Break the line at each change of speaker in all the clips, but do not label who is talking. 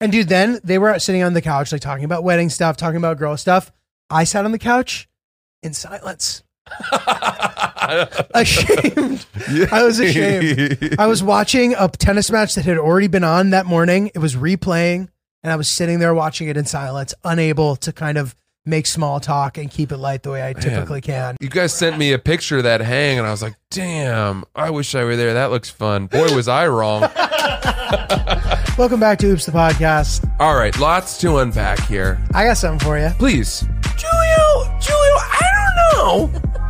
And dude, then they were sitting on the couch, like talking about wedding stuff, talking about girl stuff. I sat on the couch in silence, ashamed. I was ashamed. I was watching a tennis match that had already been on that morning. It was replaying, and I was sitting there watching it in silence, unable to kind of make small talk and keep it light the way I typically can.
You guys sent me a picture of that hang, and I was like, damn, I wish I were there. That looks fun. Boy, was I wrong.
Welcome back to Oops the Podcast.
All right, lots to unpack here.
I got something for you.
Please. Julio, Julio, I don't know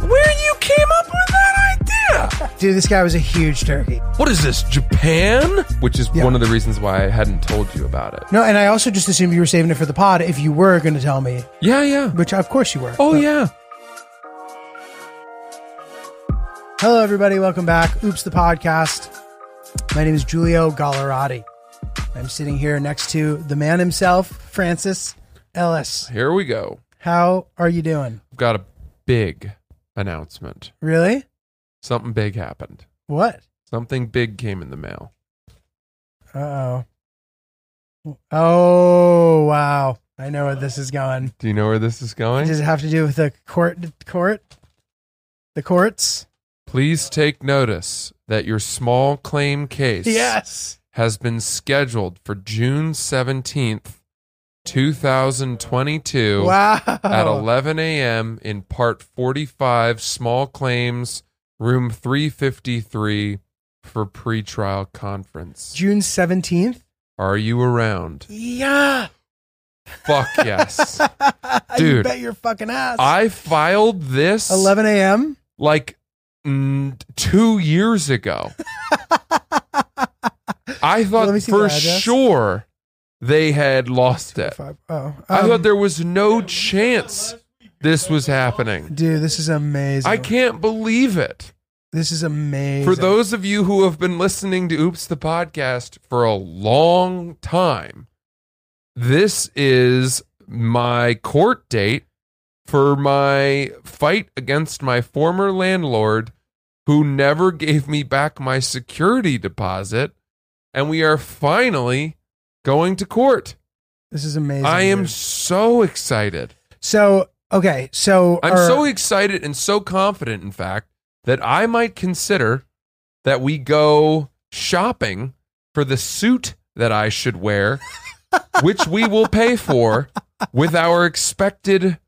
where you came up with that idea.
Dude, this guy was a huge turkey.
What is this, Japan? Which is one of the reasons why I hadn't told you about it.
No, and I also just assumed you were saving it for the pod if you were going to tell me,
Yeah, yeah.
which of course you were.
Oh,
But-
yeah.
Hello, everybody. Welcome back. Oops, the podcast. My name is Giulio Gallerati. I'm sitting here next to the man himself, Francis Ellis.
Here we go.
How are you doing?
I've got a big announcement.
Really?
Something big happened.
What?
Something big came in the mail.
Uh oh. Oh, wow. I know where this is going.
Do you know where this is going?
Does it have to do with the court? Court? The courts?
Please take notice that your small claim case
Yes.
has been scheduled for June 17th, 2022
Wow.
at 11 a.m. in Part 45, Small Claims, Room 353 for pretrial conference.
June 17th?
Are you around?
Yeah.
Fuck yes.
you
Dude.
bet your fucking ass.
I filed this
11 a.m.?
like mm, two years ago. I
Let
thought
me see the
for
address.
sure they had lost it.
Five. Oh,
I
Um,
thought there was no chance this was happening.
Dude, this is amazing.
I can't believe it.
This is amazing.
For those of you who have been listening to Oops the podcast for a long time, this is my court date for my fight against my former landlord who never gave me back my security deposit and we are finally going to court.
this is amazing.
I am
dude.
so excited.
so okay. So er,
I'm
are-
so excited and so confident, in fact, that I might consider that we go shopping for the suit that I should wear, which we will pay for with our expected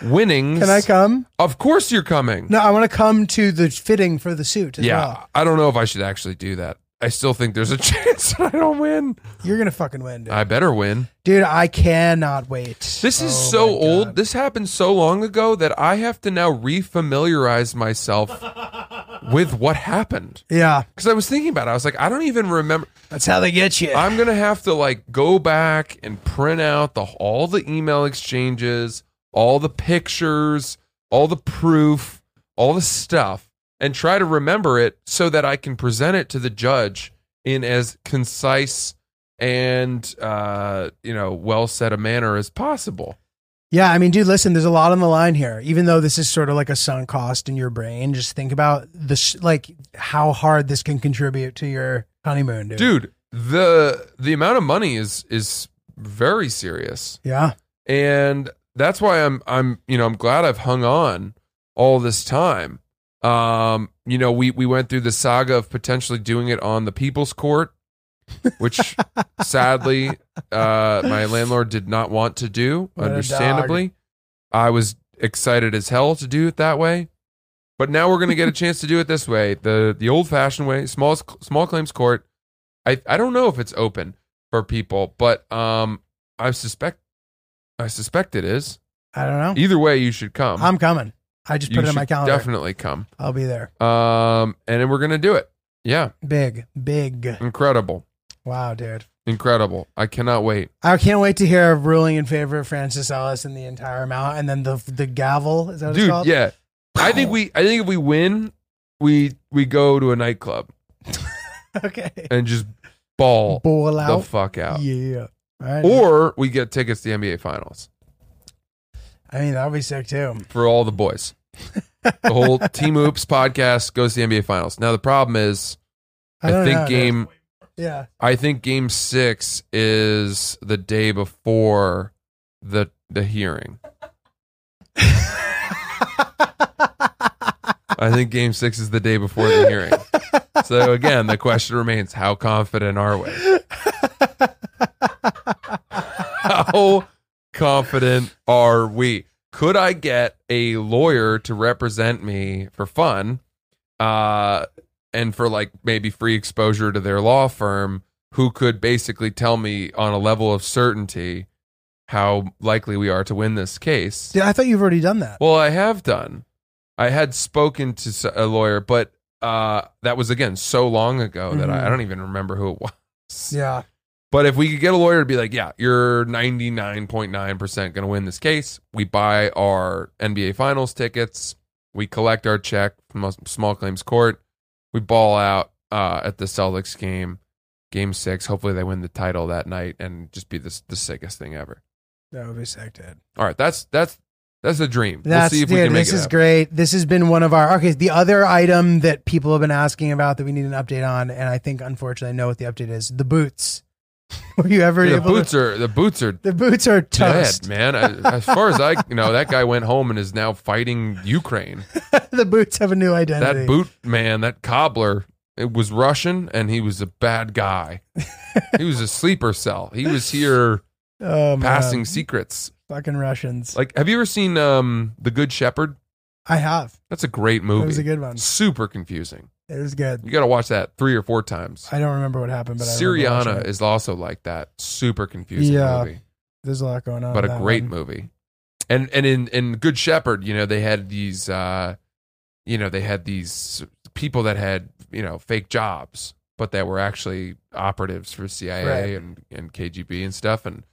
winnings.
Can I come?
Of course, you're coming.
No, I want to come to the fitting for the suit. As
yeah,
well.
I don't know if I should actually do that. I still think there's a chance that I don't win.
you're gonna fucking win, dude.
I better win.
dude, I cannot wait.
This is
Oh
so
my God.
old. This happened so long ago that I have to now refamiliarize myself with what happened.
Yeah,
Because I was thinking about it. I was like, I don't even remember.
that's how they get you.
I'm going to have to like go back and print out the all the email exchanges, all the pictures, all the proof, all the stuff and try to remember it so that I can present it to the judge in as concise and uh, you know, well said a manner as possible.
yeah, I mean, dude, listen, there's a lot on the line here. Even though this is sort of like a sunk cost in your brain, just think about this, like how hard this can contribute to your honeymoon, dude.
Dude, the the amount of money is is very serious.
Yeah.
and that's why I'm I'm you know I'm glad I've hung on all this time. Um, you know, we we went through the saga of potentially doing it on the People's Court, which sadly uh, my landlord did not want to do.
What a dog.
understandably, I was excited as hell to do it that way, but now we're going to get a chance to do it this way the the old fashioned way, small small claims court. I I don't know if it's open for people, but um, I suspect I suspect it is.
I don't know.
Either way, you should come.
I'm coming. I just
You
put it in my
should
calendar.
Definitely come.
I'll be there.
Um, and then we're gonna do it. Yeah,
Big, big.
incredible,
Wow, dude.
incredible. I cannot wait.
I can't wait to hear a ruling in favor of Francis Ellis in the entire amount, and then the the gavel is that what it's
dude
called?
yeah i think we i think if we win we we go to a nightclub
okay.
and just ball
Ball
the
out.
fuck out
Yeah. All right.
or we get tickets to the nba finals
I mean, that would be sick too.
for all the boys the whole team oops podcast goes to the nba finals now the problem is
I,
i,
don't
think
know, dude.
game
Yeah.
I think game six is the day before the the hearing. I think game six is the day before the hearing. So again, the question remains how confident are we? How confident are we? Could I get a lawyer to represent me for fun? Uh and for like maybe free exposure to their law firm who could basically tell me on a level of certainty how likely we are to win this case.
Yeah, I thought you've already done that.
Well, I have done. I had spoken to s- a lawyer, but uh, that was again so long ago that I, I
Mhm.
don't even remember who it was.
Yeah.
But if we could get a lawyer to be like, "Yeah, you're 99.9% going to win this case. We buy our NBA Finals tickets. We collect our check from a small claims court. We ball out uh, at the Celtics game, game six. Hopefully, they win the title that night and just be the the sickest thing ever.
That would be sick, dude.
All right, that's that's that's a dream.
That's
we'll see if
dude,
we can make
this
it
is
happen.
great. This has been one of our okay. The other item that people have been asking about that we need an update on, and I think unfortunately I know what the update is. The boots. Were you ever
The
able
boots
to,
are the boots are
the boots are toast.
dead, man. I, as far as I know, that guy went home and is now fighting Ukraine.
the boots have a new identity.
That boot man, that cobbler, it was Russian and he was a bad guy. he was a sleeper cell. He was here
oh, man.
passing secrets.
fucking Russians.
Like, have you ever seen um The Good Shepherd?
I have.
That's a great
It
movie.
was a good one.
Super confusing.
It was good.
You got to watch that three or four times.
I don't remember what happened, but I remember watching
Syriana
it.
is also like that. Super confusing
Yeah.
movie.
There's a lot going on.
but
in
a
that
great
one.
movie. And and in in Good Shepherd, you know, they had these, uh, you know, they had these people that had you know fake jobs, but that were actually operatives for CIA
Right.
and and KGB and stuff. And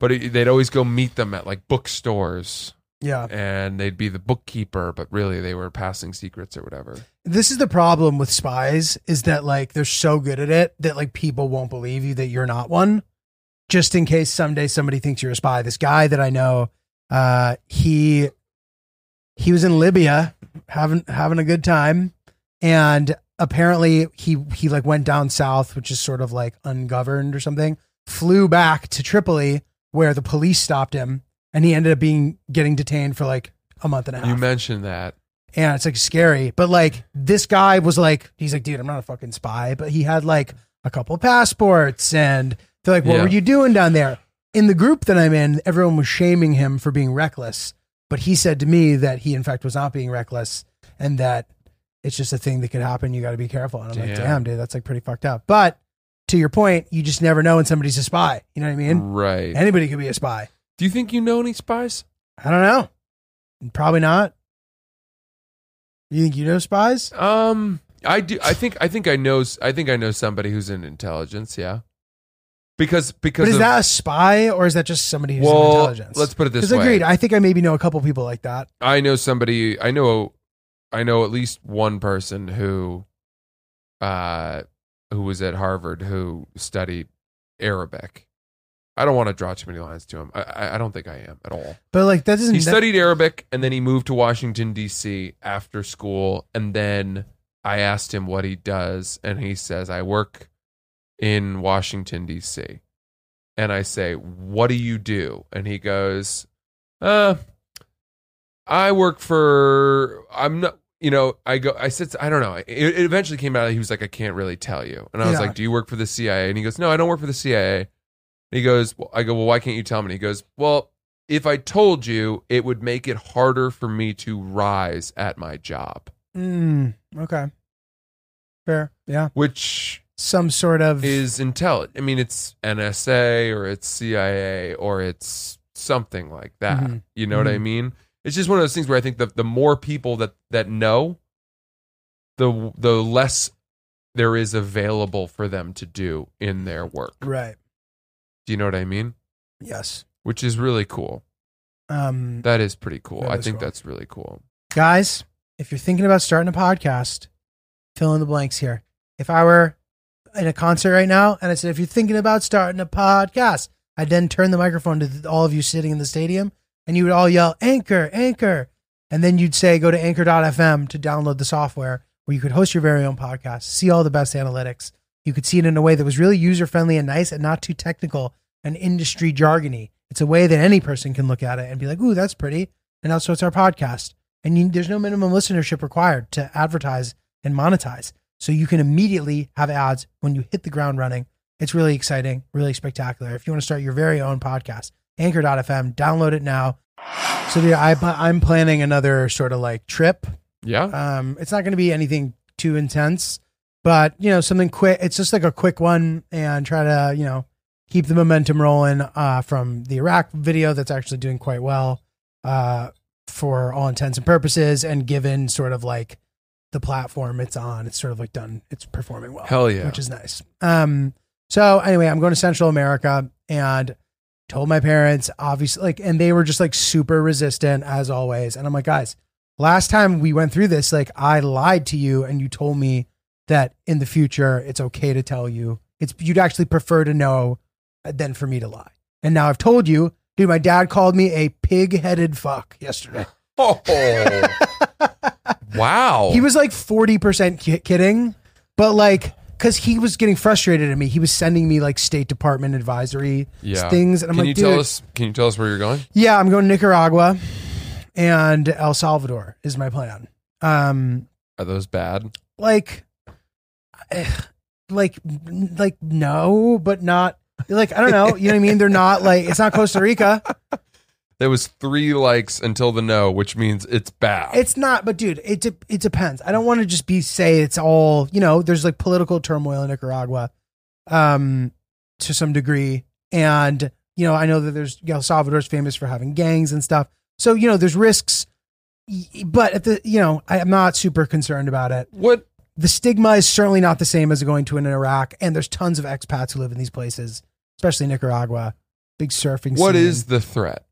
but it, they'd always go meet them at like bookstores,
Yeah.
and they'd be the bookkeeper, but really they were passing secrets or whatever.
This is the problem with spies is that like they're so good at it that like people won't believe you that you're not one. Just in case someday somebody thinks you're a spy. This guy that I know, uh, he he was in Libya having having a good time, and apparently he he like went down south, which is sort of like ungoverned or something. Flew back to Tripoli where the police stopped him, and he ended up being getting detained for like a month and a half
You mentioned that.
and it's like scary. But like this guy was like, he's like, dude, I'm not a fucking spy, but he had like a couple passports, and they're like, what
Yeah.
were you doing down there? In the group that I'm in, everyone was shaming him for being reckless, but he said to me that he in fact was not being reckless, and that it's just a thing that could happen. You got to be careful. And I'm like,
Damn.
damn, dude, that's like pretty fucked up. But to your point, you just never know when somebody's a spy. You know what I mean?
Right.
Anybody could be a spy.
Do you think you know any spies?
I don't know. Probably not. You think you know spies?
Um, I do. I think. I think I know. I think I know somebody who's in intelligence. Yeah, because because
But is
of-
that a spy or is that just somebody who's
well,
in intelligence?
let's put it this
Because
way.
agreed, I think I maybe know a couple people like that.
I know somebody. I know. I know at least one person who, uh, who was at Harvard who studied Arabic. I don't want to draw too many lines to him. I- I, I don't think I am at all.
But like that doesn't
He
that-
studied Arabic and then he moved to Washington D.C. after school. And then I asked him what he does, and he says, "I work in Washington D.C." And I say, "What do you do?" And he goes, "Uh, I work for. I'm not." You know, I go. I said, I don't know. It, it eventually came out. that He was like, I can't really tell you. And I was
Yeah.
like, Do you work for the CIA? And he goes, No, I don't work for the CIA. And he goes, well, I go, Well, why can't you tell me? And he goes, Well, if I told you, it would make it harder for me to rise at my job,
Mm, okay. Fair. Yeah.
which
Some sort of
is intelligent. I mean, it's NSA or it's CIA or it's something like that.
Mhm.
You know what I
Mhm.
mean? It's just one of those things where I think the the more people that that know, the the less there is available for them to do in their work.
right.
Do you know what I mean?
Yes.
Which is really cool.
Um
That is pretty cool.
That
I
is
think
cool.
that's really cool.
guys, if you're thinking about starting a podcast, fill in the blanks here. If I were in a concert right now and I said, if you're thinking about starting a podcast, I'd then turn the microphone to th- all of you sitting in the stadium and you would all yell, Anchor, Anchor. And then you'd say, go to anchor.fm to download the software where you could host your very own podcast, see all the best analytics. You could see it in a way that was really user friendly and nice and not too technical and industry jargony. It's a way that any person can look at it and be like, ooh, that's pretty. And also, it's our podcast. And you, there's no minimum listenership required to advertise and monetize. So you can immediately have ads when you hit the ground running. It's really exciting, really spectacular. If you want to start your very own podcast, anchor.fm, download it now. So yeah, I, I'm planning another sort of like trip
Yeah.
um, it's not going to be anything too intense, but you know, something quick. It's just like a quick one and try to, you know, keep the momentum rolling uh, from the Iraq video that's actually doing quite well uh, for all intents and purposes. And given sort of like the platform it's on, it's sort of like done, it's performing well
Hell yeah.
which is nice. Um, so anyway, I'm going to Central America and told my parents, obviously, like, and they were just like super resistant as always. And I'm like, guys, last time we went through this, like, I lied to you and you told me that in the future it's okay to tell you. It's you'd actually prefer to know than for me to lie. And now I've told you, dude. My dad called me a pig-headed fuck yesterday.
oh. wow.
He was like 40% ki- kidding, but like, cause he was getting frustrated at me. He was sending me like State Department advisory
yeah.
things. And I'm
Can
like,
you
dude,
tell us? Can you tell us where you're going?
yeah, I'm going to Nicaragua and El Salvador is my plan. Um,
Are those bad?
like, eh, like, like, no, but not like, I don't know. You know what I mean? They're not like, it's not Costa Rica.
There was three likes until the no, which means it's bad.
It's not, but dude, it de- it depends. I don't want to just be say it's all you know. There's like political turmoil in Nicaragua, um, to some degree, and you know I know that there's El Salvador's famous for having gangs and stuff. So you know there's risks, y- but at the you know I, I'm not super concerned about it.
what
The stigma is certainly not the same as going to an Iraq, and there's tons of expats who live in these places, especially Nicaragua. Big surfing.
What
scene.
is the threat?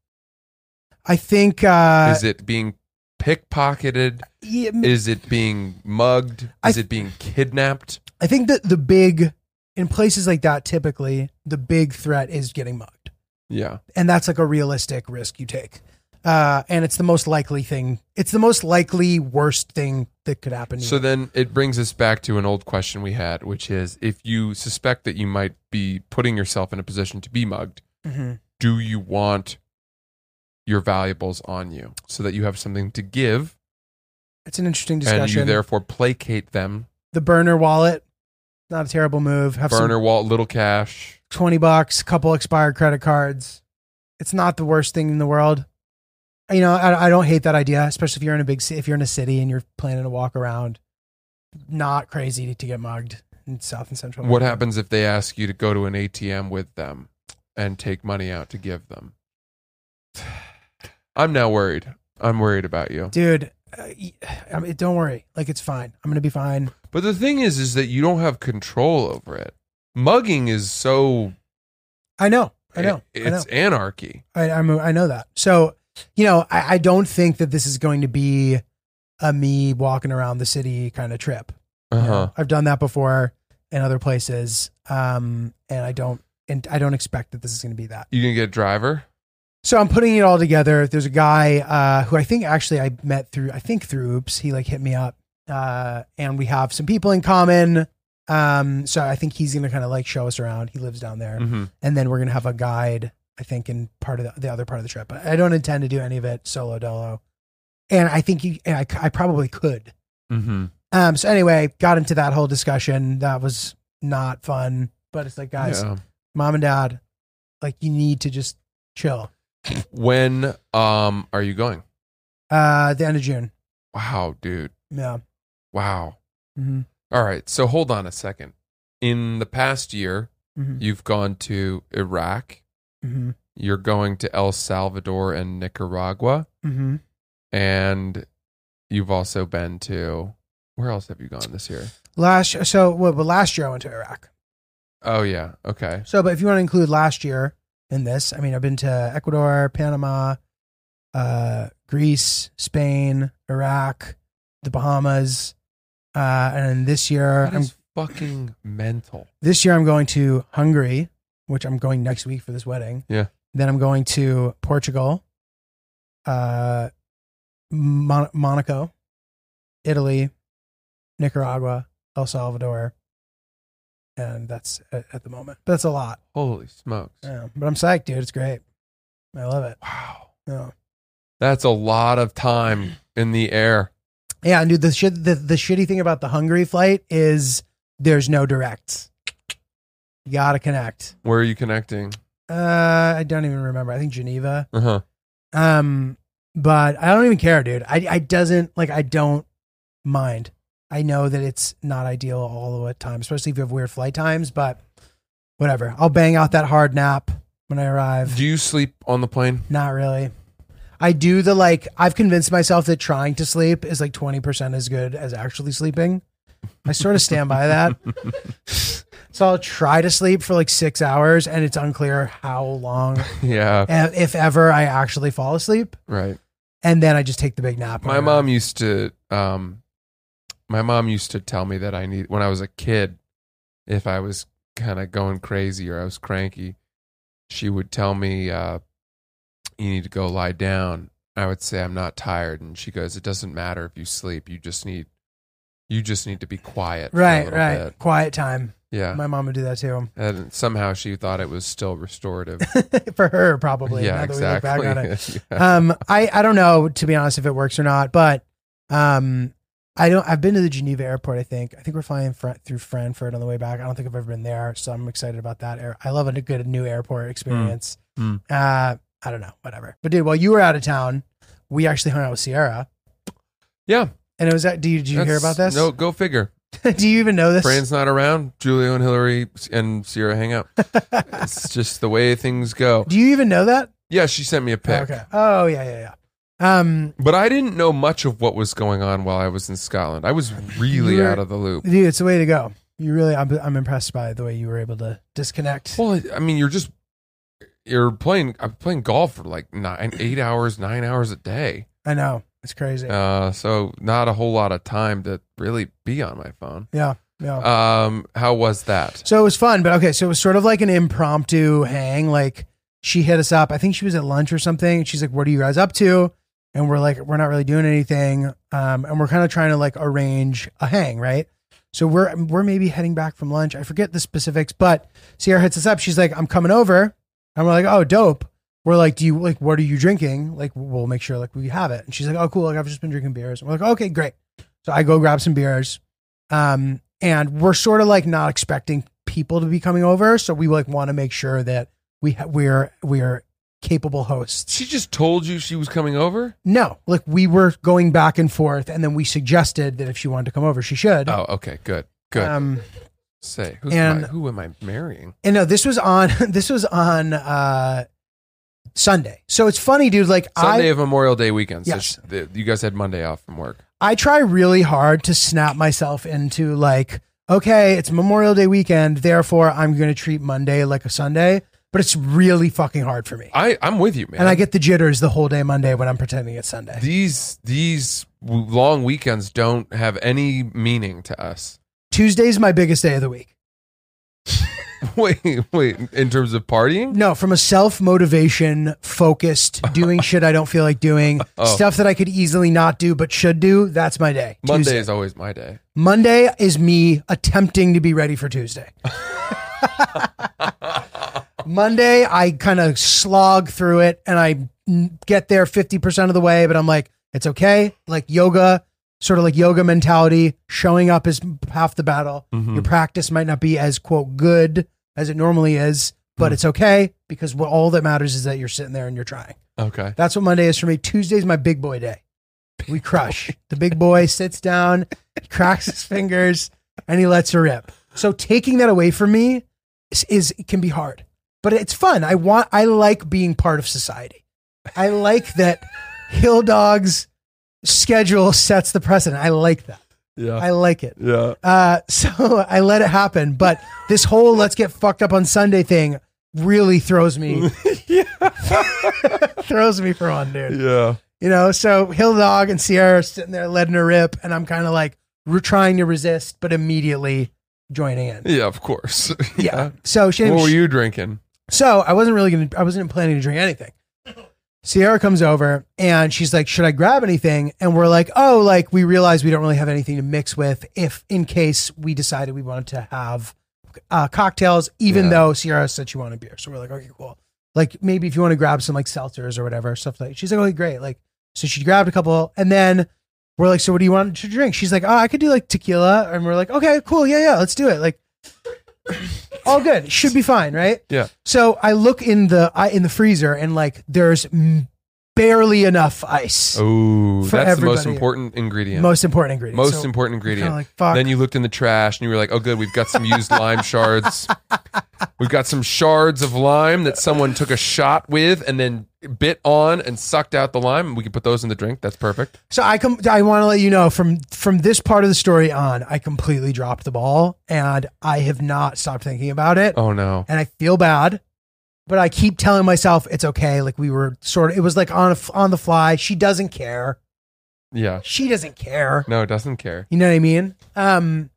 I think. Uh,
is it being pickpocketed?
yeah,
Is it being mugged?
I-
Is it being kidnapped?
I think that the big in places like that, typically the big threat is getting mugged,
Yeah.
and that's like a realistic risk you take. Uh, and it's the most likely thing. It's the most likely worst thing that could happen. To
So
you.
then it brings us back to an old question we had, which is if you suspect that you might be putting yourself in a position to be mugged,
Mhm.
do you want your valuables on you so that you have something to give
it's an interesting
and you
discussion.
therefore placate them?
the burner wallet, not a terrible move. Have
Burner wallet, little cash.
some twenty bucks, couple expired credit cards. It's not the worst thing in the world. You know, I, I don't hate that idea, especially if you're in a big ci- if you're in a city and you're planning to walk around. Not crazy to get mugged in South and Central.
What happens if they ask you to go to an ATM with them and take money out to give them? I'm now worried. I'm worried about you.
dude uh, y- I mean, don't worry like it's fine i'm gonna be fine
But the thing is, is that you don't have control over it. Mugging is so
i know i know i know
it's anarchy.
I, I'm, I know that so you know I, I don't think that this is going to be a me walking around the city kind of trip
Uh
you know?
huh.
i've done that before in other places um and i don't and i don't expect that this is going to be that
You gonna get a driver?
So I'm putting it all together. There's a guy uh, who I think actually I met through I think through Oops. He like hit me up, uh, and we have some people in common. Um, so I think he's gonna kind of like show us around. He lives down there,
Mm-hmm.
and then we're gonna have a guide. I think in part of the, the other part of the trip. I I don't intend to do any of it solo dolo, and I think you, and I, c- I probably could.
Mm-hmm.
Um, so anyway, got into that whole discussion. That was not fun, but it's like guys,
Yeah.
mom and dad, like you need to just chill.
When um are you going?
Uh, the end of June.
Wow, dude.
Yeah.
Wow.
Mm-hmm.
All right. So hold on a second. In the past year,
Mm-hmm.
you've gone to Iraq.
Mm-hmm.
You're going to El Salvador and Nicaragua,
Mm-hmm.
and you've also been to where else have you gone this year?
Last year- so well, but last year I went to Iraq.
Oh yeah. Okay.
So, but if you want to include last year in this, I mean, I've been to Ecuador, Panama, uh, Greece, Spain, Iraq, the Bahamas, uh, and this year
That
I'm
is fucking mental.
this year I'm going to Hungary, which I'm going next week for this wedding.
Yeah.
Then I'm going to Portugal, uh, Mon- Monaco, Italy, Nicaragua, El Salvador, and that's at, at the moment. But that's a lot.
Holy smokes.
Yeah. But I'm psyched, dude. It's great. I love it.
Wow.
Yeah.
That's a lot of time in the air.
Yeah, and dude, the shit, the, the shitty thing about the Hungary flight is there's no directs. You gotta connect.
Where are you connecting?
Uh, I don't even remember. I think Geneva.
Uh huh.
Um, but I don't even care, dude. I I doesn't like. I don't mind. I know that it's not ideal all the time, especially if you have weird flight times. But whatever. I'll bang out that hard nap when I arrive.
Do you sleep on the plane?
Not really. I do the like. I've convinced myself that trying to sleep is like twenty percent as good as actually sleeping. I sort of stand by that. so I'll try to sleep for like six hours, and it's unclear how long,
Yeah.
eh, if ever, I actually fall asleep,
Right.
and then I just take the big nap.
My mom used to um my mom used to tell me that I need when I was a kid if I was kind of going crazy or I was cranky, she would tell me uh you need to go lie down. I would say I'm not tired and she goes it doesn't matter if you sleep. You just need you just need to be quiet. for a
Right,
little
right.
bit."
Quiet time.
Yeah.
My mom would do that too.
and somehow she thought it was still restorative.
for her, probably.
yeah,
now that we look
exactly.
back on it.
Yeah.
um i i don't know to be honest if it works or not but um i don't i've been to the geneva airport i think i think we're flying fr- through frankfurt on the way back i don't think i've ever been there so i'm excited about that air i love a good new airport experience
Mm.
uh i don't know whatever but dude while you were out of town we actually hung out with sierra
Yeah.
and it was that do you, did you hear
That's-
about this
No, go figure.
do you even know this
Fran's not around. Julio and Hillary and Sierra hang out. it's just the way things go.
do you even know that
Yeah, she sent me a pic.
okay oh yeah yeah yeah um
But I didn't know much of what was going on while I was in Scotland. I was really
You were-
out of the loop.
dude it's the way to go you really i'm, I'm impressed by the way you were able to disconnect
Well, I mean, you're just you're playing. I'm playing golf for like nine, eight hours, nine hours a day.
i know it's crazy
Uh, so not a whole lot of time to really be on my phone.
Yeah, yeah.
Um, how was that?
so it was fun, but okay. So it was sort of like an impromptu hang. Like she hit us up. I think she was at lunch or something. And she's like, "What are you guys up to?" And we're like, "We're not really doing anything." Um, and we're kind of trying to like arrange a hang, right? So we're we're maybe heading back from lunch. I forget the specifics, but Sierra hits us up. She's like, "I'm coming over," and we're like, "Oh, dope." We're like, "Do you like what are you drinking?" Like, we'll make sure like we have it. And she's like, "Oh, cool. Like I've just been drinking beers." And we're like, "Okay, great." So I go grab some beers um and we're sort of like not expecting people to be coming over so we like want to make sure that we ha- we're we're capable hosts
She just told you she was coming over.
no like we were going back and forth and then we suggested that if she wanted to come over she should
Oh, okay, good, good.
um
Say who's
and-
my, who am I marrying?
and no this was on this was on uh sunday so it's funny dude like i
Sunday of Memorial Day weekend. So
Yes.
sh- the, you guys had Monday off from work.
I try really hard to snap myself into like, okay, it's Memorial Day weekend, therefore I'm going to treat Monday like a Sunday. But it's really fucking hard for me.
I I'm with you, man.
And I get the jitters the whole day Monday when I'm pretending it's Sunday.
these these w- long weekends don't have any meaning to us.
Tuesday's my biggest day of the week.
wait, wait. In terms of partying,
No, from a self motivation, focused, doing shit I don't feel like doing,
Oh.
stuff that I could easily not do but should do, that's my day.
Monday
Tuesday.
is always my day.
Monday is me attempting to be ready for Tuesday. Monday, I kind of slog through it and I n- get there 50% of the way, but I'm like, it's okay. Like yoga, sort of like yoga mentality, showing up is half the battle. Your practice might not be as, quote, good as it normally is, but it's okay because what, all that matters is that you're sitting there and you're trying.
Okay.
That's what Monday is for me. Tuesday's my big boy day. We crush. The big boy sits down, he cracks his fingers, and he lets her rip. So taking that away from me is, is it can be hard, but it's fun. I want. I like being part of society. I like that Hill Dog's schedule sets the precedent. I like that.
Yeah.
I like it.
yeah.
Uh, so I let it happen. But this whole let's get fucked up on Sunday thing really throws me throws me for one, dude.
Yeah.
You know, so Hill Dog and Sierra are sitting there letting her rip, and I'm kind of like re- trying to resist, but immediately joining in.
Yeah. Of course.
Yeah. So she
yeah.
didn't,
What were you drinking?
so I wasn't really gonna I wasn't planning to drink anything. Sierra comes over and she's like, Should I grab anything? And we're like, Oh, like we realize we don't really have anything to mix with if in case we decided we wanted to have uh, cocktails, even
Yeah.
though Sierra said she wanted beer. So we're like, okay, cool. Like maybe if you want to grab some like seltzers or whatever stuff like. She's like, okay, great. Like so she grabbed a couple, and then we're like, so what do you want to drink? She's like, oh, I could do like tequila, and we're like, okay, cool, yeah, yeah, let's do it. Like all good, should be fine, right?
Yeah.
So I look in the I in the freezer, and like there's mm, barely enough ice.
Oh,
For
that's the most
everybody.
important ingredient.
Most important ingredient.
Most
So
important
kinda
ingredient.
Like, fuck.
Then you looked in the trash and you were like, "Oh, good, we've got some used lime shards. We've got some shards of lime that someone took a shot with and then bit on and sucked out the lime. We can put those in the drink. That's perfect.
So I com- I want to let you know from from this part of the story on, I completely dropped the ball, and I have not stopped thinking about it,
Oh no,
and I feel bad, but I keep telling myself it's okay. Like we were sort of, it was like on a f on the fly. She doesn't care.
yeah,
She doesn't care.
no, it doesn't care.
You know what I mean? Um,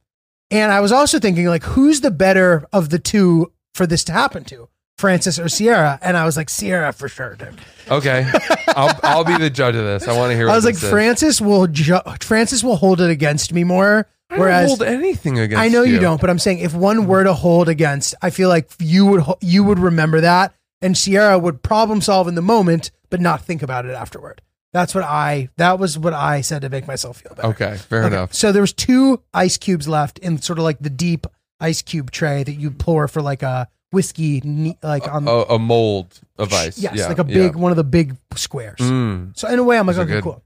and I was also thinking like, who's the better of the two for this to happen to, Francis or Sierra? And I was like, Sierra for sure, dude.
Okay, I'll I'll be the judge of this. I want to hear. What
I was like,
this is.
Francis will ju- Francis will hold it against me more.
I don't
Whereas
hold anything against.
I know you. don't, but I'm saying if one were to hold against, I feel like you would ho- you would remember that, and Sierra would problem solve in the moment, but not think about it afterward. That's what I. That was what I said to make myself feel better.
Okay, Oh, fair
Okay.
enough.
So there was two ice cubes left in sort of like the deep ice cube tray that you pour for like a whiskey, ne- like on
A, a mold of Uh, ice.
um, yes,
yeah,
like a
yeah.
big one of the big squares.
Mm.
So in a way, I'm like,
Those are
okay,
good.
cool.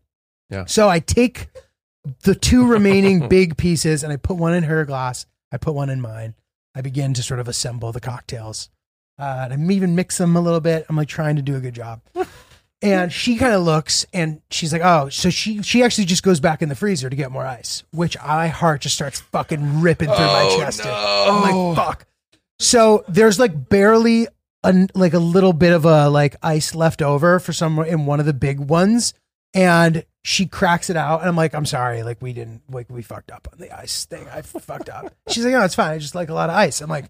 Yeah.
So I take the two remaining big pieces and I put one in her glass. I put one in mine. I begin to sort of assemble the cocktails. Uh, and I'm even mix them a little bit. I'm like trying to do a good job. And she kind of looks and she's like, oh, so she she actually just goes back in the freezer to get more ice, which I heart just starts fucking ripping through
Oh,
my chest. dude. I'm
no.
like, fuck. Oh. So there's like barely an, like a little bit of a like ice left over for some in one of the big ones, and she cracks it out, and I'm like, I'm sorry, like we didn't like we fucked up on the ice thing. I fucked up. She's like, no, it's fine. I just like a lot of ice. I'm like,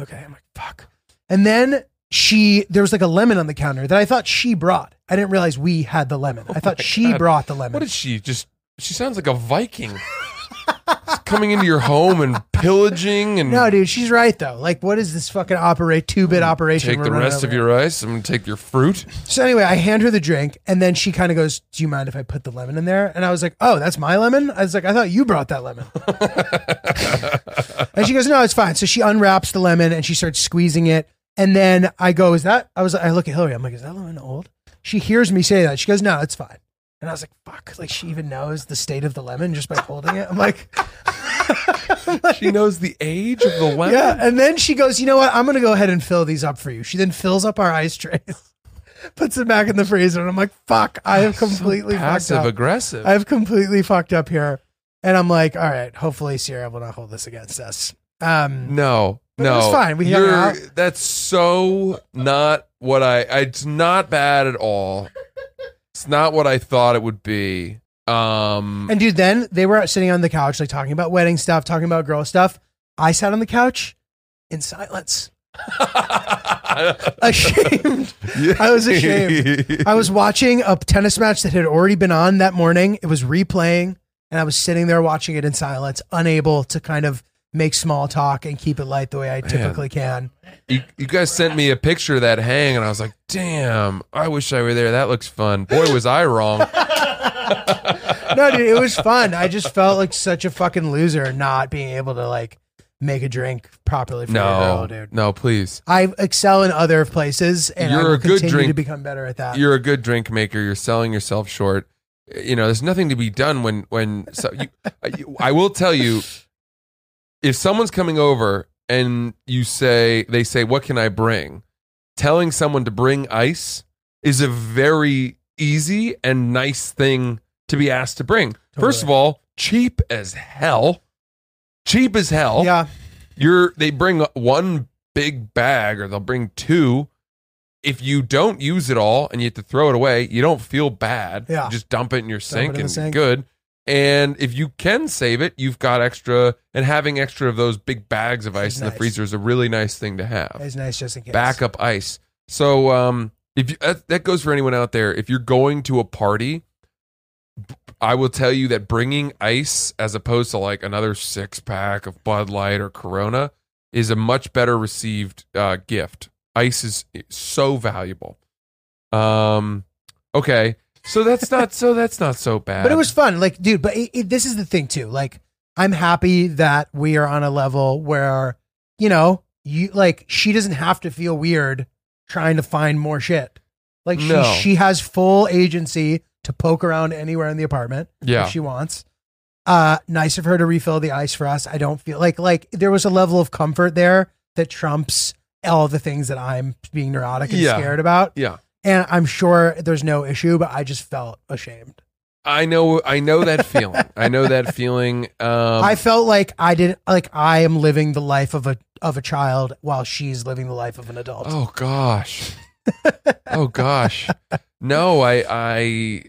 okay. I'm like, fuck. And then she there was like a lemon on the counter that I thought she brought. I didn't realize we had the lemon. I thought
Oh my
she
God.
brought the lemon.
What did she just? She sounds like a Viking. She's coming into your home and pillaging and
no, dude, she's right though. Like, what is this fucking operate two bit operation?
Mm, take
we're
the
running
rest
over
of
here?
your ice. I'm gonna take your fruit.
So anyway, I hand her the drink, and then she kind of goes, "Do you mind if I put the lemon in there?" And I was like, "Oh, that's my lemon." I was like, "I thought you brought that lemon." and she goes, "No, it's fine." So she unwraps the lemon and she starts squeezing it, and then I go, "Is that?" I was, I look at Hillary. I'm like, "Is that lemon old?" She hears me say that. She goes, "No, it's fine." And I was like, "Fuck!" Like she even knows the state of the lemon just by holding it. I'm like,
She knows the age of the lemon.
Yeah, and then she goes, you know what? I'm gonna go ahead and fill these up for you. She then fills up our ice trays, puts them back in the freezer, and I'm like, fuck, I have completely fucked
Passive
up.
aggressive.
I've completely fucked up here. And I'm like, all right, hopefully Sierra will not hold this against us. Um
no,
But it
no,
was fine. We hung
You're-
out.
That's so not what I. It's not bad at all. It's not what I thought it would be. Um,
and dude, then they were out sitting on the couch, like talking about wedding stuff, talking about girl stuff. I sat on the couch in silence. Ashamed. I was ashamed. I was watching a tennis match that had already been on that morning. It was replaying, and I was sitting there watching it in silence, unable to kind of make small talk and keep it light the way I typically can.
you, you guys sent me a picture of that hang, and I was like, "Damn, I wish I were there. That looks fun." Boy, was I wrong.
No, dude, it was fun. I just felt like such a fucking loser not being able to like make a drink properly for
No,
your girl, dude.
no, please.
I excel in other places, and I
You're
will
a good
continue
drink-
to become better at that.
you're a good drink maker. You're selling yourself short. You know, there's nothing to be done when when so you, I- you, I will tell you, if someone's coming over and you say they say, "What can I bring?" Telling someone to bring ice is a very easy and nice thing to be asked to bring. First of
Totally.
all, cheap as hell. Cheap as hell
yeah,
you're they bring one big bag or they'll bring two if you don't use it all and you have to throw it away you don't feel bad
Yeah.
You just dump it in your
Dump it
sink
in the
and
sink.
good and if you can save it you've got extra and having extra of those big bags of ice
It's
in the
nice.
freezer is a really nice thing to have
it's nice just in case.
backup ice. So um, if you, that, that goes for anyone out there, if you're going to a party, b- I will tell you that bringing ice as opposed to like another six pack of Bud Light or Corona is a much better received uh, gift. Ice is eh, so valuable. Um, okay, so that's not so that's not so bad.
But it was fun, like, dude. But it, it, this is the thing too. Like, I'm happy that we are on a level where you know, you like she doesn't have to feel weird trying to find more shit. Like she
No.
she has full agency to poke around anywhere in the apartment
yeah.
if she wants. Uh, nice of her to refill the ice for us. I don't feel like like there was a level of comfort there that trumps all the things that I'm being neurotic and
Yeah.
scared about.
Yeah.
And I'm sure there's no issue, but I just felt ashamed.
I know I know that feeling. I know that feeling. Um
I felt like I didn't like I am living the life of a of a child while she's living the life of an adult.
Oh gosh. oh gosh. No, I I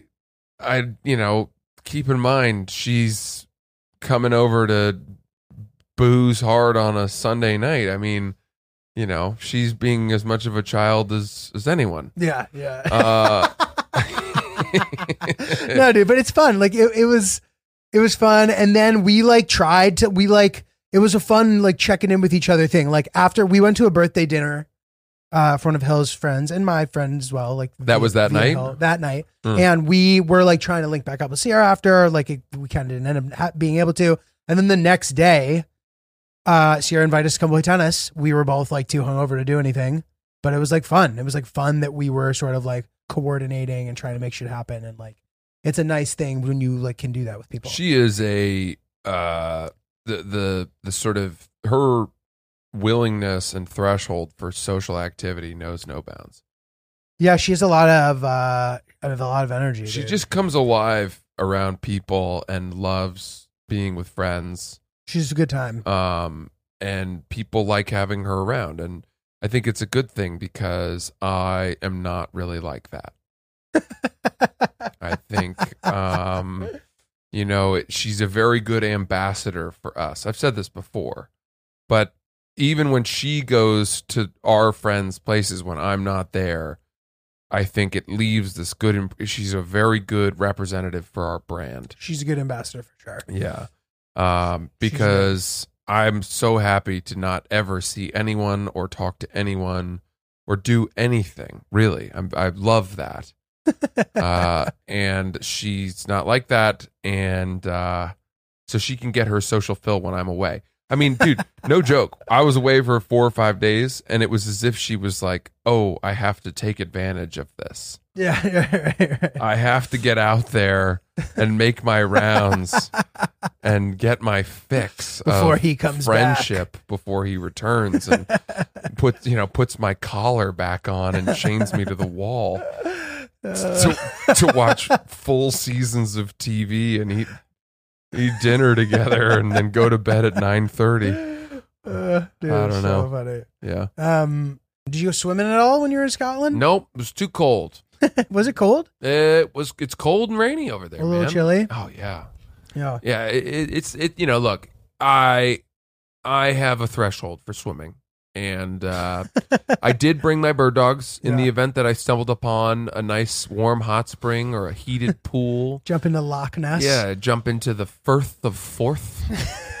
I you know, keep in mind she's coming over to booze hard on a Sunday night. I mean, you know, she's being as much of a child as as anyone.
Yeah, yeah.
Uh
no, dude, but it's fun. Like it, it was, it was fun. And then we like tried to, we like, it was a fun like checking in with each other thing. Like after we went to a birthday dinner, uh, for one of Hill's friends and my friend as well. Like
That was that night?
Hill, that night,
Mm.
and we were like trying to link back up with Sierra after. Like it, we kind of didn't end up ha- being able to. And then the next day, uh, Sierra invited us to come play tennis. We were both like too hungover to do anything, but it was like fun. It was like fun that we were sort of like coordinating and trying to make shit happen. And like, it's a nice thing when you like can do that with people.
She is a uh, the the the sort of her willingness and threshold for social activity knows no bounds.
yeah, she has a lot of uh, of a lot of energy.
She
dude.
just comes alive around people and loves being with friends.
she's a good time.
Um, and people like having her around, and I think it's a good thing because I am not really like that. I think, um, you know, it, she's a very good ambassador for us. I've said this before, but even when she goes to our friends' places when I'm not there, I think it leaves this good. Imp- she's a very good representative for our brand.
she's a good ambassador for sure.
Yeah. Um,
She's great.
because I'm so happy to not ever see anyone or talk to anyone or do anything, really. I'm, I love that. uh, and she's not like that. And uh, so she can get her social fill when I'm away. I mean, dude, no joke. I was away for four or five days, and it was as if she was like, oh, I have to take advantage of this.
Yeah, yeah, right, right.
I have to get out there and make my rounds and get my fix
Before
of
he comes
friendship before he returns and puts you know puts my collar back on and chains me to the wall to, to watch full seasons of TV and eat eat dinner together and then go to bed at nine thirty.
Uh, dude,
I don't
so
know.
Funny.
Yeah.
Um, did you go swimming at all when you were in Scotland?
Nope. It was too cold.
Was it cold?
It was. It's cold and rainy over there.
a little
man.
chilly.
Oh yeah.
Yeah.
Yeah, it, it, it's it. You know, look, I I have a threshold for swimming, and uh, I did bring my bird dogs in the
Yeah.
event that I stumbled upon a nice warm hot spring or a heated pool.
Jump into Loch Ness.
Yeah, jump into the Firth of Forth. yeah,